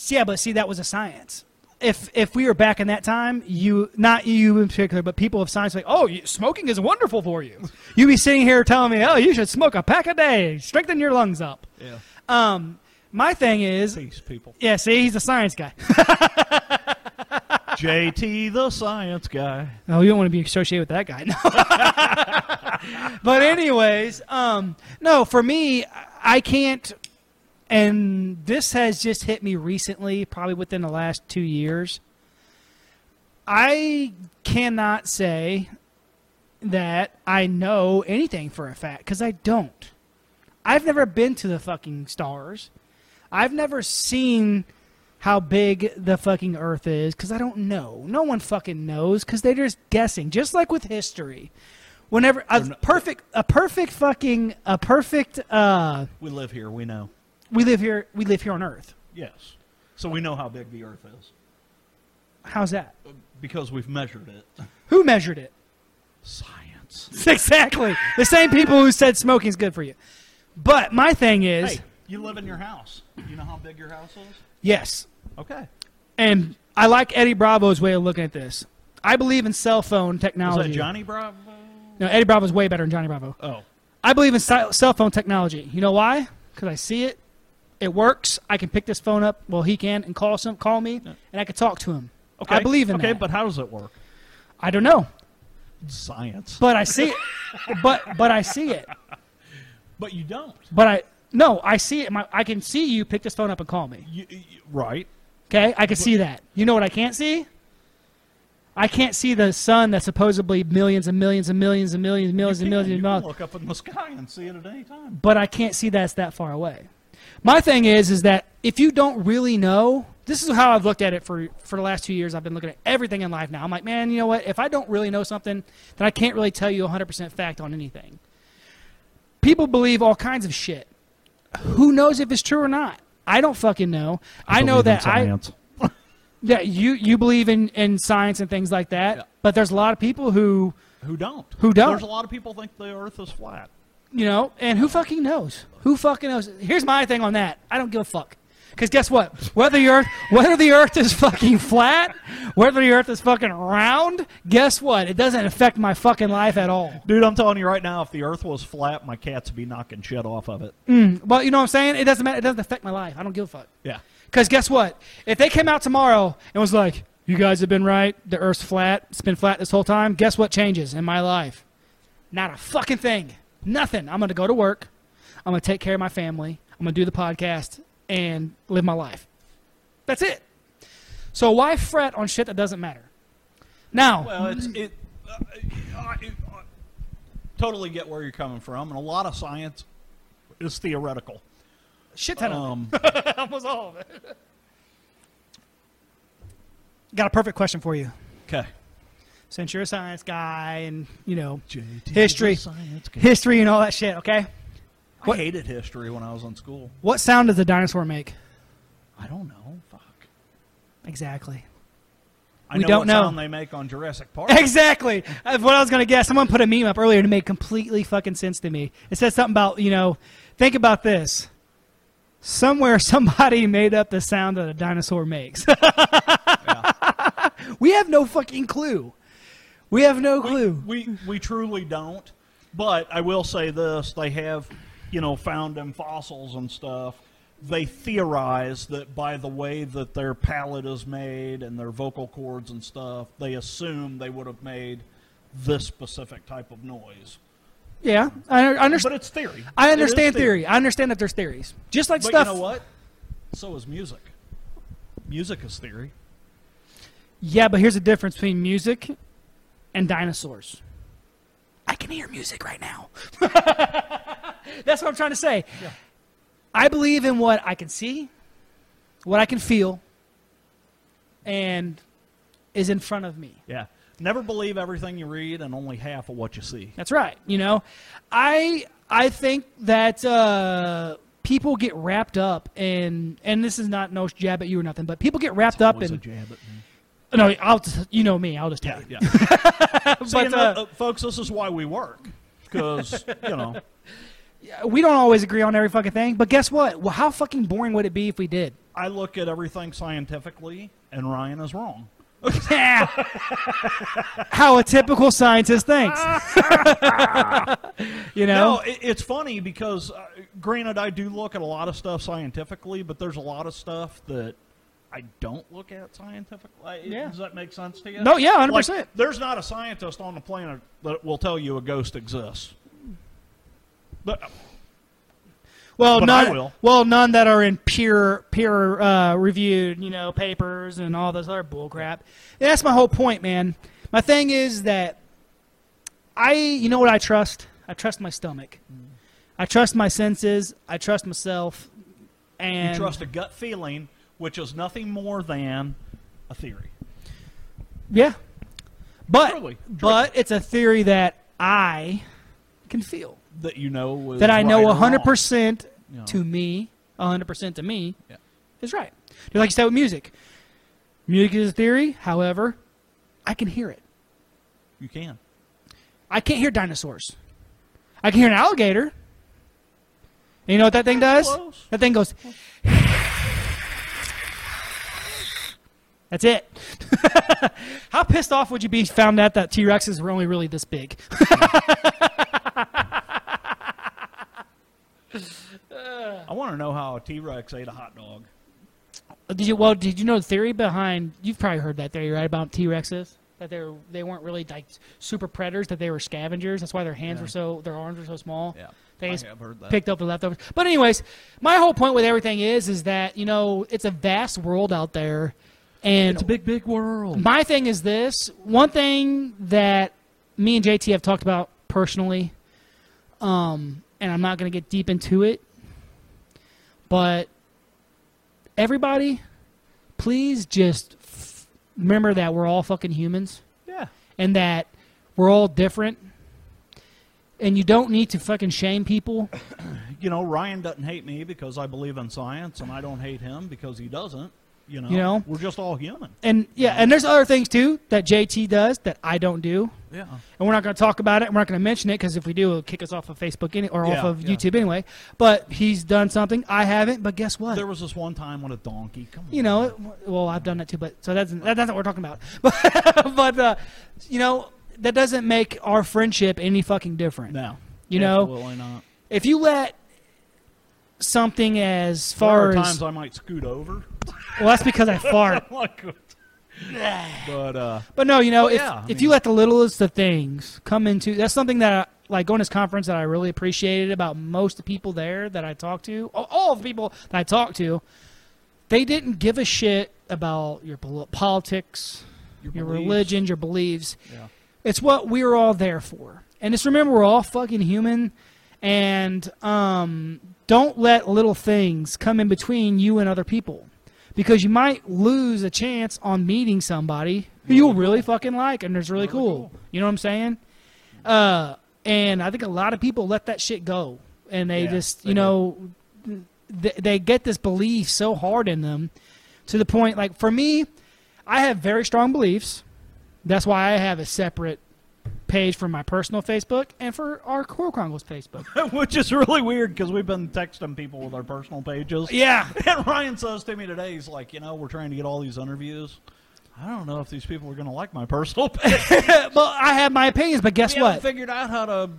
Speaker 3: yeah, but see, that was a science. If if we were back in that time, you not you in particular, but people of science, like, oh, you, smoking is wonderful for you. You'd be sitting here telling me, oh, you should smoke a pack a day, strengthen your lungs up.
Speaker 2: Yeah.
Speaker 3: Um, my thing is,
Speaker 2: Peace, people.
Speaker 3: yeah, see, he's a science guy.
Speaker 2: JT the science guy.
Speaker 3: Oh, you don't want to be associated with that guy. No. but anyways, um, no, for me, I can't. And this has just hit me recently, probably within the last two years. I cannot say that I know anything for a fact because I don't. I've never been to the fucking stars. I've never seen how big the fucking earth is because I don't know. No one fucking knows because they're just guessing. Just like with history, whenever a perfect, a perfect fucking, a perfect. Uh,
Speaker 2: We live here, we know.
Speaker 3: we live here. We live here on Earth.
Speaker 2: Yes. So we know how big the earth is
Speaker 3: How's that?
Speaker 2: because we've measured it.
Speaker 3: Who measured it?
Speaker 2: Science.
Speaker 3: Exactly. The same people who said smoking's good for you. But my thing is,
Speaker 2: Hey, you live in your house. You know how big your house is?
Speaker 3: yes,
Speaker 2: Okay.
Speaker 3: and I like Eddie Bravo's way of looking at this. I believe in cell phone
Speaker 2: Is
Speaker 3: technology.
Speaker 2: that Johnny Bravo?
Speaker 3: No, Eddie Bravo's way better than Johnny Bravo.
Speaker 2: Oh.
Speaker 3: I believe in si- cell phone technology. You know why? Because I see it. It works. I can pick this phone up. Well, he can and call some, call me, and I can talk to him.
Speaker 2: Okay.
Speaker 3: I believe in
Speaker 2: Okay,
Speaker 3: that.
Speaker 2: but how does it work?
Speaker 3: I don't know,
Speaker 2: Science.
Speaker 3: but I see it. but but I see it.
Speaker 2: But you don't.
Speaker 3: But I no, I see it. My, I can see you pick this phone up and call me.
Speaker 2: You, you, right.
Speaker 3: Okay, I can see that. You know what I can't see? I can't see the sun that's supposedly millions and millions and millions and millions and millions
Speaker 2: You
Speaker 3: and
Speaker 2: can.
Speaker 3: millions
Speaker 2: You
Speaker 3: and
Speaker 2: can
Speaker 3: miles.
Speaker 2: look up in the sky and see it at any time.
Speaker 3: but I can't see that's that far away. My thing is, is that if you don't really know, this is how I've looked at it for for the last two years. I've been looking at everything in life now. I'm like, man, you know what? If I don't really know something, then I can't really tell you 100% fact on anything. People believe all kinds of shit. Who knows if it's true or not? I don't fucking know. I, know that I yeah you you believe in in science and things like that,
Speaker 2: Yeah.
Speaker 3: but there's a lot of people who
Speaker 2: Who don't?
Speaker 3: Who don't?
Speaker 2: There's a lot of people think the Earth is flat.
Speaker 3: You know, and who fucking knows? Who fucking knows? Here's my thing on that. I don't give a fuck. Because guess what? Whether the earth whether the earth is fucking flat, whether the earth is fucking round, guess what? It doesn't affect my fucking life at all.
Speaker 2: Dude, I'm telling you right now, if the earth was flat, my cats would be knocking shit off of it.
Speaker 3: Mm. But you know what I'm saying? It doesn't matter. It doesn't affect my life. I don't give a fuck.
Speaker 2: Yeah.
Speaker 3: Because guess what? If they came out tomorrow and was like, you guys have been right, the Earth's flat, it's been flat this whole time, guess what changes in my life? Not a fucking thing. Nothing. I'm going to go to work. I'm going to take care of my family. I'm going to do the podcast and live my life. That's it. So why fret on shit that doesn't matter? Now,
Speaker 2: Well, it's it. Uh, I, I totally get where you're coming from, and a lot of science is theoretical.
Speaker 3: shit ton of
Speaker 2: Um,
Speaker 3: it. almost all of it. Got a perfect question for you.
Speaker 2: okay.
Speaker 3: Since you're a science guy and, you know,
Speaker 2: JT
Speaker 3: History.
Speaker 2: is a science guy.
Speaker 3: history and all that shit, okay?
Speaker 2: I hated history when I was in school.
Speaker 3: What sound does a dinosaur make?
Speaker 2: I don't know. Fuck.
Speaker 3: Exactly.
Speaker 2: I
Speaker 3: We
Speaker 2: know
Speaker 3: don't
Speaker 2: what
Speaker 3: know.
Speaker 2: sound they make on Jurassic Park.
Speaker 3: Exactly. That's what I was going to guess. Someone put a meme up earlier to make completely fucking sense to me. It said something about, you know, think about this. Somewhere somebody made up the sound that a dinosaur makes. We have no fucking clue. We have no clue.
Speaker 2: We we truly don't. But I will say this: they have, you know, found them fossils and stuff. They theorize that by the way that their palate is made and their vocal cords and stuff, they assume they would have made this specific type of noise.
Speaker 3: Yeah, I, I
Speaker 2: But
Speaker 3: understand.
Speaker 2: it's theory.
Speaker 3: I
Speaker 2: It is
Speaker 3: understand theory. I understand that there's theories. Just like
Speaker 2: But
Speaker 3: stuff.
Speaker 2: you know what? So is music. Music is theory.
Speaker 3: Yeah, but here's the difference between music and dinosaurs. I can hear music right now. That's what I'm trying to say. I believe in what I can see, what I can feel, and is in front of me.
Speaker 2: Yeah. Never believe everything you read and only half of what you see.
Speaker 3: That's right. You know, I I think that uh, people get wrapped up in, and this is not no jab at you or nothing, but people get wrapped up
Speaker 2: Always a
Speaker 3: in.
Speaker 2: jab at me.
Speaker 3: No, I'll just, you know me. I'll just tell
Speaker 2: Yeah,
Speaker 3: you.
Speaker 2: yeah.
Speaker 3: But,
Speaker 2: but,
Speaker 3: uh,
Speaker 2: folks, this is why we work. Because, you know,
Speaker 3: we don't always agree on every fucking thing, but guess what? Well, how fucking boring would it be if we did?
Speaker 2: I look at everything scientifically, and Ryan is wrong.
Speaker 3: how a typical scientist thinks. you know?
Speaker 2: No, it, it's funny because, uh, granted, I do look at a lot of stuff scientifically, but there's a lot of stuff that I don't look at scientifically. I-
Speaker 3: Yeah.
Speaker 2: Does that make sense to you?
Speaker 3: No, yeah, 100%.
Speaker 2: Like, there's not a scientist on the planet that will tell you a ghost exists. But uh,
Speaker 3: well,
Speaker 2: but
Speaker 3: none.
Speaker 2: I will.
Speaker 3: Well, none that are in peer peer uh, reviewed, you know, papers and all this other bullcrap. And that's my whole point, man. My thing is that I, you know, what I trust. I trust my stomach.
Speaker 2: Mm.
Speaker 3: I trust my senses. I trust myself. And
Speaker 2: you trust a gut feeling, which is nothing more than a theory.
Speaker 3: Yeah. But
Speaker 2: Truly, truly.
Speaker 3: but it's a theory that I can feel.
Speaker 2: that you know is
Speaker 3: That I know
Speaker 2: right or wrong.
Speaker 3: 100%
Speaker 2: Yeah.
Speaker 3: to me, 100% to me
Speaker 2: Yeah.
Speaker 3: is right. Just like you said with music. Music is a theory, however, I can hear it.
Speaker 2: You can.
Speaker 3: I can't hear dinosaurs. I can hear an alligator. And you know what that thing does?
Speaker 2: close.
Speaker 3: That thing goes. That's it. How pissed off would you be if you found out that T Rexes were only really this big?
Speaker 2: I want to know how a T Rex ate a hot dog.
Speaker 3: Did you well? Did you know the theory behind? You've probably heard that theory, right, about T Rexes that they were, they weren't really like super predators, that they were scavengers. That's why their hands
Speaker 2: Yeah.
Speaker 3: were so, their arms were so small. They
Speaker 2: I
Speaker 3: just
Speaker 2: have heard that.
Speaker 3: picked up the leftovers. But anyways, my whole point with everything is is that you know it's a vast world out there, and
Speaker 2: big, big world.
Speaker 3: my thing is this: one thing that me and JT have talked about personally, um, and I'm not going to get deep into it, but everybody, please just f- remember that we're all fucking humans
Speaker 2: Yeah.
Speaker 3: and that we're all different. And you don't need to fucking shame people
Speaker 2: You know, Ryan doesn't hate me because I believe in science, and I don't hate him because he doesn't. You know,
Speaker 3: You know?
Speaker 2: we're just all human.
Speaker 3: And yeah, and there's other things too that JT does that I don't do.
Speaker 2: Yeah.
Speaker 3: and we're not going to talk about it. and We're not going to mention it because if we do, it'll kick us off of Facebook any, or off
Speaker 2: Yeah,
Speaker 3: of
Speaker 2: yeah.
Speaker 3: YouTube anyway. But he's done something I haven't. But guess what?
Speaker 2: There was this one time when a donkey. Come on.
Speaker 3: you know, it, well, I've done that too. But so that's that, that's not what we're talking about. But but uh, you know, that doesn't make our friendship any fucking different.
Speaker 2: No.
Speaker 3: You know?
Speaker 2: Absolutely not.
Speaker 3: If you let something as
Speaker 2: There
Speaker 3: far
Speaker 2: are
Speaker 3: as
Speaker 2: times I might scoot over.
Speaker 3: well, that's because I fart.
Speaker 2: Like, but uh,
Speaker 3: But no, you know,
Speaker 2: Well,
Speaker 3: if,
Speaker 2: yeah, I
Speaker 3: if
Speaker 2: mean-
Speaker 3: you let the littlest of things come into that's something that I, like going to this conference that I really appreciated about most of the people there that I talked to, all- all of the people that I talked to, they didn't give a shit about your pol- politics,
Speaker 2: Your
Speaker 3: your
Speaker 2: beliefs.
Speaker 3: religion, your beliefs.
Speaker 2: yeah.
Speaker 3: It's what we are all there for. And just remember, we're all fucking human, and um, don't let little things come in between you and other people, because you might lose a chance on meeting somebody who you really fucking like and is really,
Speaker 2: Really
Speaker 3: cool.
Speaker 2: cool.
Speaker 3: You know what I'm saying? Uh, and I think a lot of people let that shit go, and they
Speaker 2: Yeah,
Speaker 3: just,
Speaker 2: they
Speaker 3: you
Speaker 2: do.
Speaker 3: know, th- they get this belief so hard in them to the point like for me i have very strong beliefs that's why i have a separate page for my personal facebook and for our core congos facebook
Speaker 2: Which is really weird because we've been texting people with our personal pages.
Speaker 3: yeah
Speaker 2: And Ryan says to me today, he's like, you know, we're trying to get all these interviews. I don't know if these people are going to like my personal page.
Speaker 3: well i have my opinions but guess
Speaker 2: we haven't
Speaker 3: what
Speaker 2: figured out how to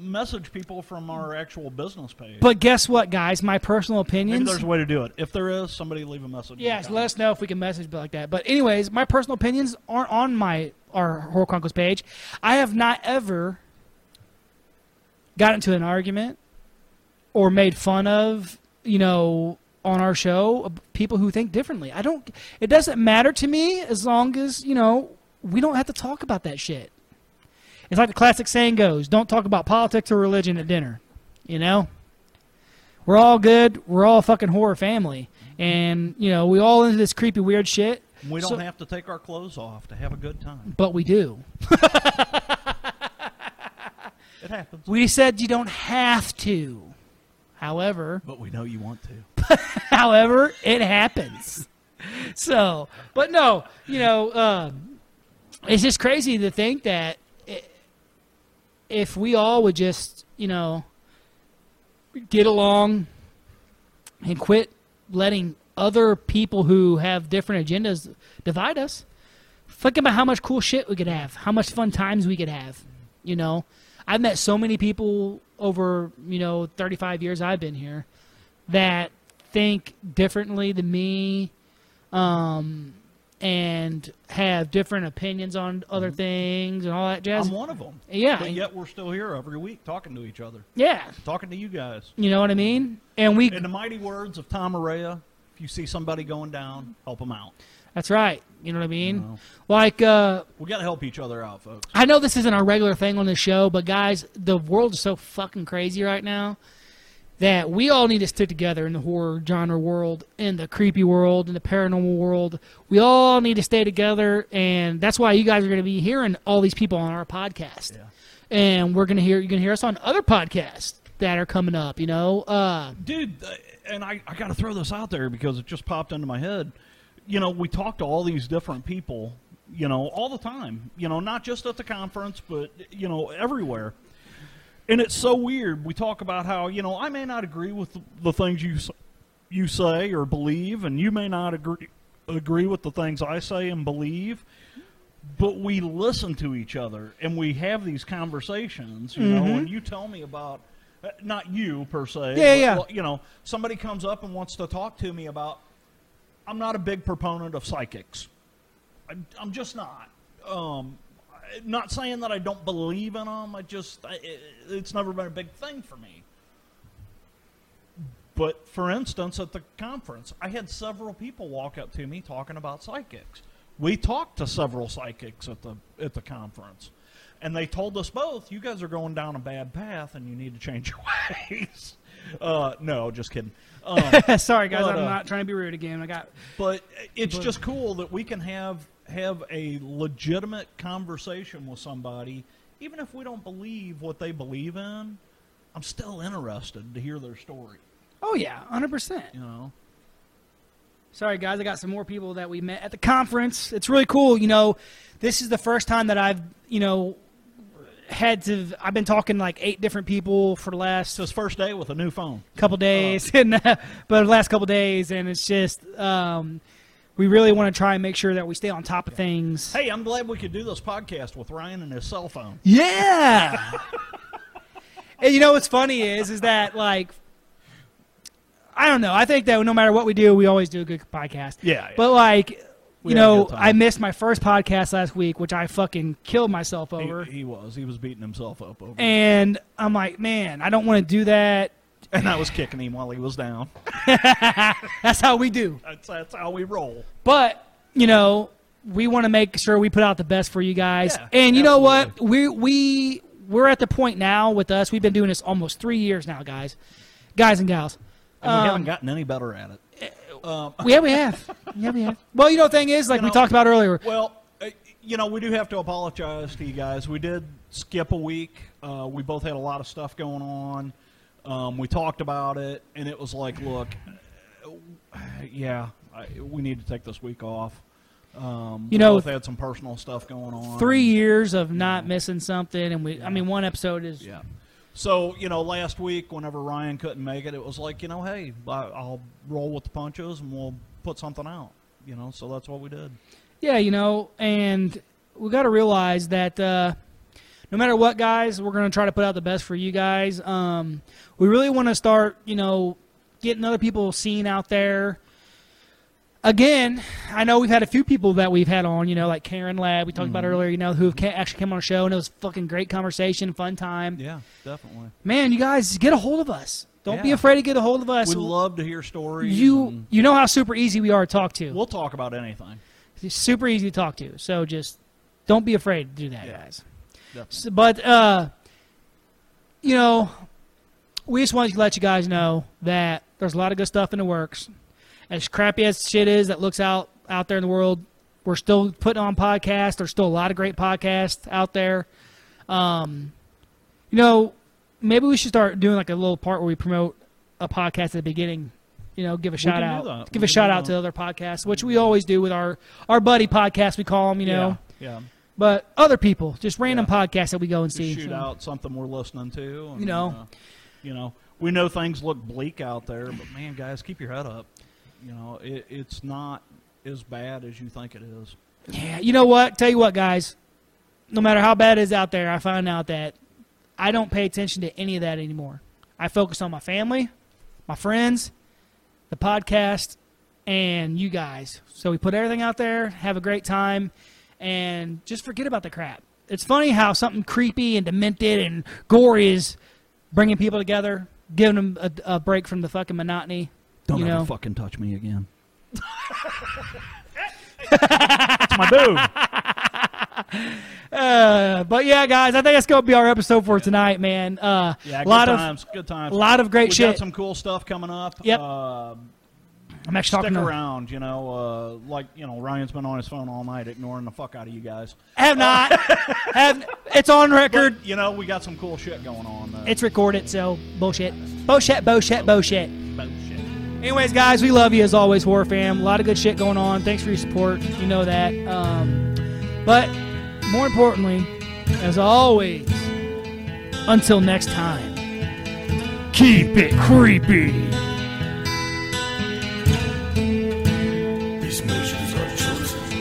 Speaker 2: message people from our actual business page.
Speaker 3: but guess what guys my personal
Speaker 2: Maybe
Speaker 3: opinions
Speaker 2: there's a way to do it. If there is, somebody leave a message. in the
Speaker 3: Yes, let
Speaker 2: comments.
Speaker 3: us know if we can message like that. But anyways, my personal opinions aren't on my our Horconkles page. I have not ever got into an argument or made fun of, you know, on our show of people who think differently. I don't. It doesn't matter to me as long as you know we don't have to talk about that shit. It's like the classic saying goes: "Don't talk about politics or religion at dinner." You know. We're all good. We're all a fucking horror family, and you know we all into this creepy weird shit.
Speaker 2: We don't
Speaker 3: So-
Speaker 2: have to take our clothes off to have a good time.
Speaker 3: But we do.
Speaker 2: It happens.
Speaker 3: We said you don't have to. However,
Speaker 2: But we know you want to.
Speaker 3: however, it happens. So, but no, you know, um, it's just crazy to think that i- if we all would just, you know, get along and quit letting other people who have different agendas divide us. Think about how much cool shit we could have, how much fun times we could have. You know, I've met so many people over, you know, 35 years I've been here that think differently than me um, and have different opinions on other things and all that jazz.
Speaker 2: Mm-hmm. I'm one of them.
Speaker 3: Yeah.
Speaker 2: But yet we're still here every week talking to each other,
Speaker 3: yeah.
Speaker 2: talking to you guys.
Speaker 3: You know what I mean? And um, we
Speaker 2: In the mighty words of Tom Araya, if you see somebody going down, help them out.
Speaker 3: That's right. You know what I mean?
Speaker 2: know.
Speaker 3: Like, uh,
Speaker 2: We got to help each other out, folks.
Speaker 3: I know this isn't our regular thing on the show, but guys, the world is so fucking crazy right now that we all need to stick together in the horror genre world, in the creepy world, in the paranormal world. We all need to stay together, and that's why you guys are going to be hearing all these people on our podcast.
Speaker 2: Yeah.
Speaker 3: And we're going to hear, you're going to hear us on other podcasts that are coming up, you know? Uh,
Speaker 2: dude uh, and i, I got to throw this out there because it just popped into my head you know we talk to all these different people you know all the time you know not just at the conference but you know everywhere and it's so weird we talk about how you know i may not agree with the, the things you s- you say or believe and you may not agree agree with the things i say and believe but we listen to each other and we have these conversations you know and you tell me about uh, not you per se
Speaker 3: Mm-hmm. Yeah,
Speaker 2: but,
Speaker 3: yeah.
Speaker 2: well, you know somebody comes up and wants to talk to me about i'm not a big proponent of psychics i'm, I'm just not um, I- not saying that i don't believe in them i just I, it, it's never been a big thing for me but for instance, at the conference, I had several people walk up to me talking about psychics. We talked to several psychics at the at the conference, and they told us both, "You guys are going down a bad path, and you need to change your ways." Uh, no, just kidding. Um,
Speaker 3: sorry, guys,
Speaker 2: But,
Speaker 3: I'm
Speaker 2: uh,
Speaker 3: not trying to be rude again. I got.
Speaker 2: but it's just cool that we can have have a legitimate conversation with somebody even if we don't believe what they believe in i'm still interested to hear their story
Speaker 3: Oh, yeah, 100%.
Speaker 2: you know
Speaker 3: Sorry, guys, I got some more people that we met at the conference. It's really cool. You know, this is the first time that I've, you know, had to. I've been talking to, like eight different people for the last
Speaker 2: It's his first day with a new phone.
Speaker 3: couple days, and uh, but the last couple days, and it's just um, we really want to try and make sure that we stay on top of things.
Speaker 2: Hey, I'm glad we could do this podcast with Ryan and his cell phone.
Speaker 3: Yeah. and you know what's funny is is that like I don't know. I think that no matter what we do, we always do a good podcast.
Speaker 2: Yeah, yeah.
Speaker 3: But like
Speaker 2: We
Speaker 3: you
Speaker 2: had a
Speaker 3: know,
Speaker 2: good time.
Speaker 3: I missed my first podcast last week, which I fucking killed myself
Speaker 2: He,
Speaker 3: over.
Speaker 2: he was. He was beating himself up over it.
Speaker 3: And I'm like, man, I don't want to do that.
Speaker 2: And I was kicking him while he was down.
Speaker 3: That's how we do.
Speaker 2: That's, that's how we roll.
Speaker 3: But you know, we want to make sure we put out the best for you guys.
Speaker 2: Yeah,
Speaker 3: and you know what? We we we're at the point now with us. We've been doing this almost three years now, guys, guys and gals.
Speaker 2: And we
Speaker 3: Um,
Speaker 2: haven't gotten any better at it. Um,
Speaker 3: yeah, we have. Yeah, we have. Well, you know, thing is, like
Speaker 2: You
Speaker 3: we
Speaker 2: know-
Speaker 3: talked about earlier.
Speaker 2: well, uh, you know, we do have to apologize to you guys. We did skip a week. Uh, we both had a lot of stuff going on. Um, we talked about it, and it was like, look, uh, yeah, I, we need to take this week off. Um,
Speaker 3: You know,
Speaker 2: we both had some personal stuff going on.
Speaker 3: Three years of not missing something, and we—I mean, one episode is.
Speaker 2: Yeah. So you know, last week whenever Ryan couldn't make it, it was like you know, hey, I- I'll roll with the punches and we'll put something out. You know, so that's what we did.
Speaker 3: Yeah, you know, and we got to realize that uh, no matter what, guys, we're going to try to put out the best for you guys. Um, we really want to start, you know, getting other people seen out there. Again, I know we've had a few people that we've had on, you know, like Karen Ladd, we talked about
Speaker 2: Mm-hmm.
Speaker 3: earlier, you know, who ca- actually came on our show, and it was a fucking great conversation, fun time.
Speaker 2: Yeah, definitely.
Speaker 3: Man, you guys, get a hold of us. Don't be
Speaker 2: Yeah.
Speaker 3: afraid to get a hold of us.
Speaker 2: We love to hear stories.
Speaker 3: you
Speaker 2: and
Speaker 3: you know how super easy we are to talk to.
Speaker 2: we'll talk about anything.
Speaker 3: It's super easy to talk to. So just don't be afraid to do that,
Speaker 2: Yeah.
Speaker 3: guys.
Speaker 2: Definitely.
Speaker 3: S- but uh, you know, we just wanted to let you guys know that there's a lot of good stuff in the works. As crappy as shit is that looks out out there in the world, we're still putting on podcasts. There's still a lot of great podcasts out there. Um, you know, maybe we should start doing like a little part where we promote a podcast at the beginning. You know, give a shout
Speaker 2: can do
Speaker 3: out,
Speaker 2: that.
Speaker 3: give
Speaker 2: We
Speaker 3: a
Speaker 2: can
Speaker 3: shout
Speaker 2: do
Speaker 3: out to
Speaker 2: that.
Speaker 3: other podcasts, which we always do with our our buddy podcast. We call them, you know
Speaker 2: yeah, yeah.
Speaker 3: but other people, just random
Speaker 2: Yeah.
Speaker 3: podcasts that we go and see.
Speaker 2: Just shoot
Speaker 3: so.
Speaker 2: out something we're listening to. and,
Speaker 3: You know.
Speaker 2: uh, you know, we know things look bleak out there, but man, guys, keep your head up. You know, it, it's not as bad as you think it is.
Speaker 3: Yeah, you know what? Tell you what, guys. No matter how bad it is out there, I find out that I don't pay attention to any of that anymore. I focus on my family, my friends, the podcast, and you guys. So we put everything out there, have a great time, and just forget about the crap. It's funny how something creepy and demented and gory is bringing people together, giving them a, a break from the fucking monotony.
Speaker 2: Don't
Speaker 3: you
Speaker 2: ever
Speaker 3: know?
Speaker 2: fucking touch me again. That's my dude.
Speaker 3: Uh, but yeah, guys, I think that's gonna be our episode for tonight, man. Uh,
Speaker 2: Yeah,
Speaker 3: a
Speaker 2: good
Speaker 3: lot of
Speaker 2: times. good times.
Speaker 3: a lot of great
Speaker 2: we
Speaker 3: shit.
Speaker 2: got some cool stuff coming up.
Speaker 3: Yep.
Speaker 2: Uh,
Speaker 3: I'm actually
Speaker 2: stick
Speaker 3: talking to-
Speaker 2: around. You know, uh, like you know, Ryan's been on his phone all night, ignoring the fuck out of you guys.
Speaker 3: Have not. have it's on record.
Speaker 2: You know, we got some cool shit going on. Uh,
Speaker 3: It's recorded. So bullshit, bullshit, bullshit, bullshit.
Speaker 2: bullshit.
Speaker 3: Anyways, guys, we love you as always, horror fam. A lot of good shit going on. Thanks for your support. You know that. Um, but more importantly, as always, until next time, keep it creepy.
Speaker 4: These measures are chosen.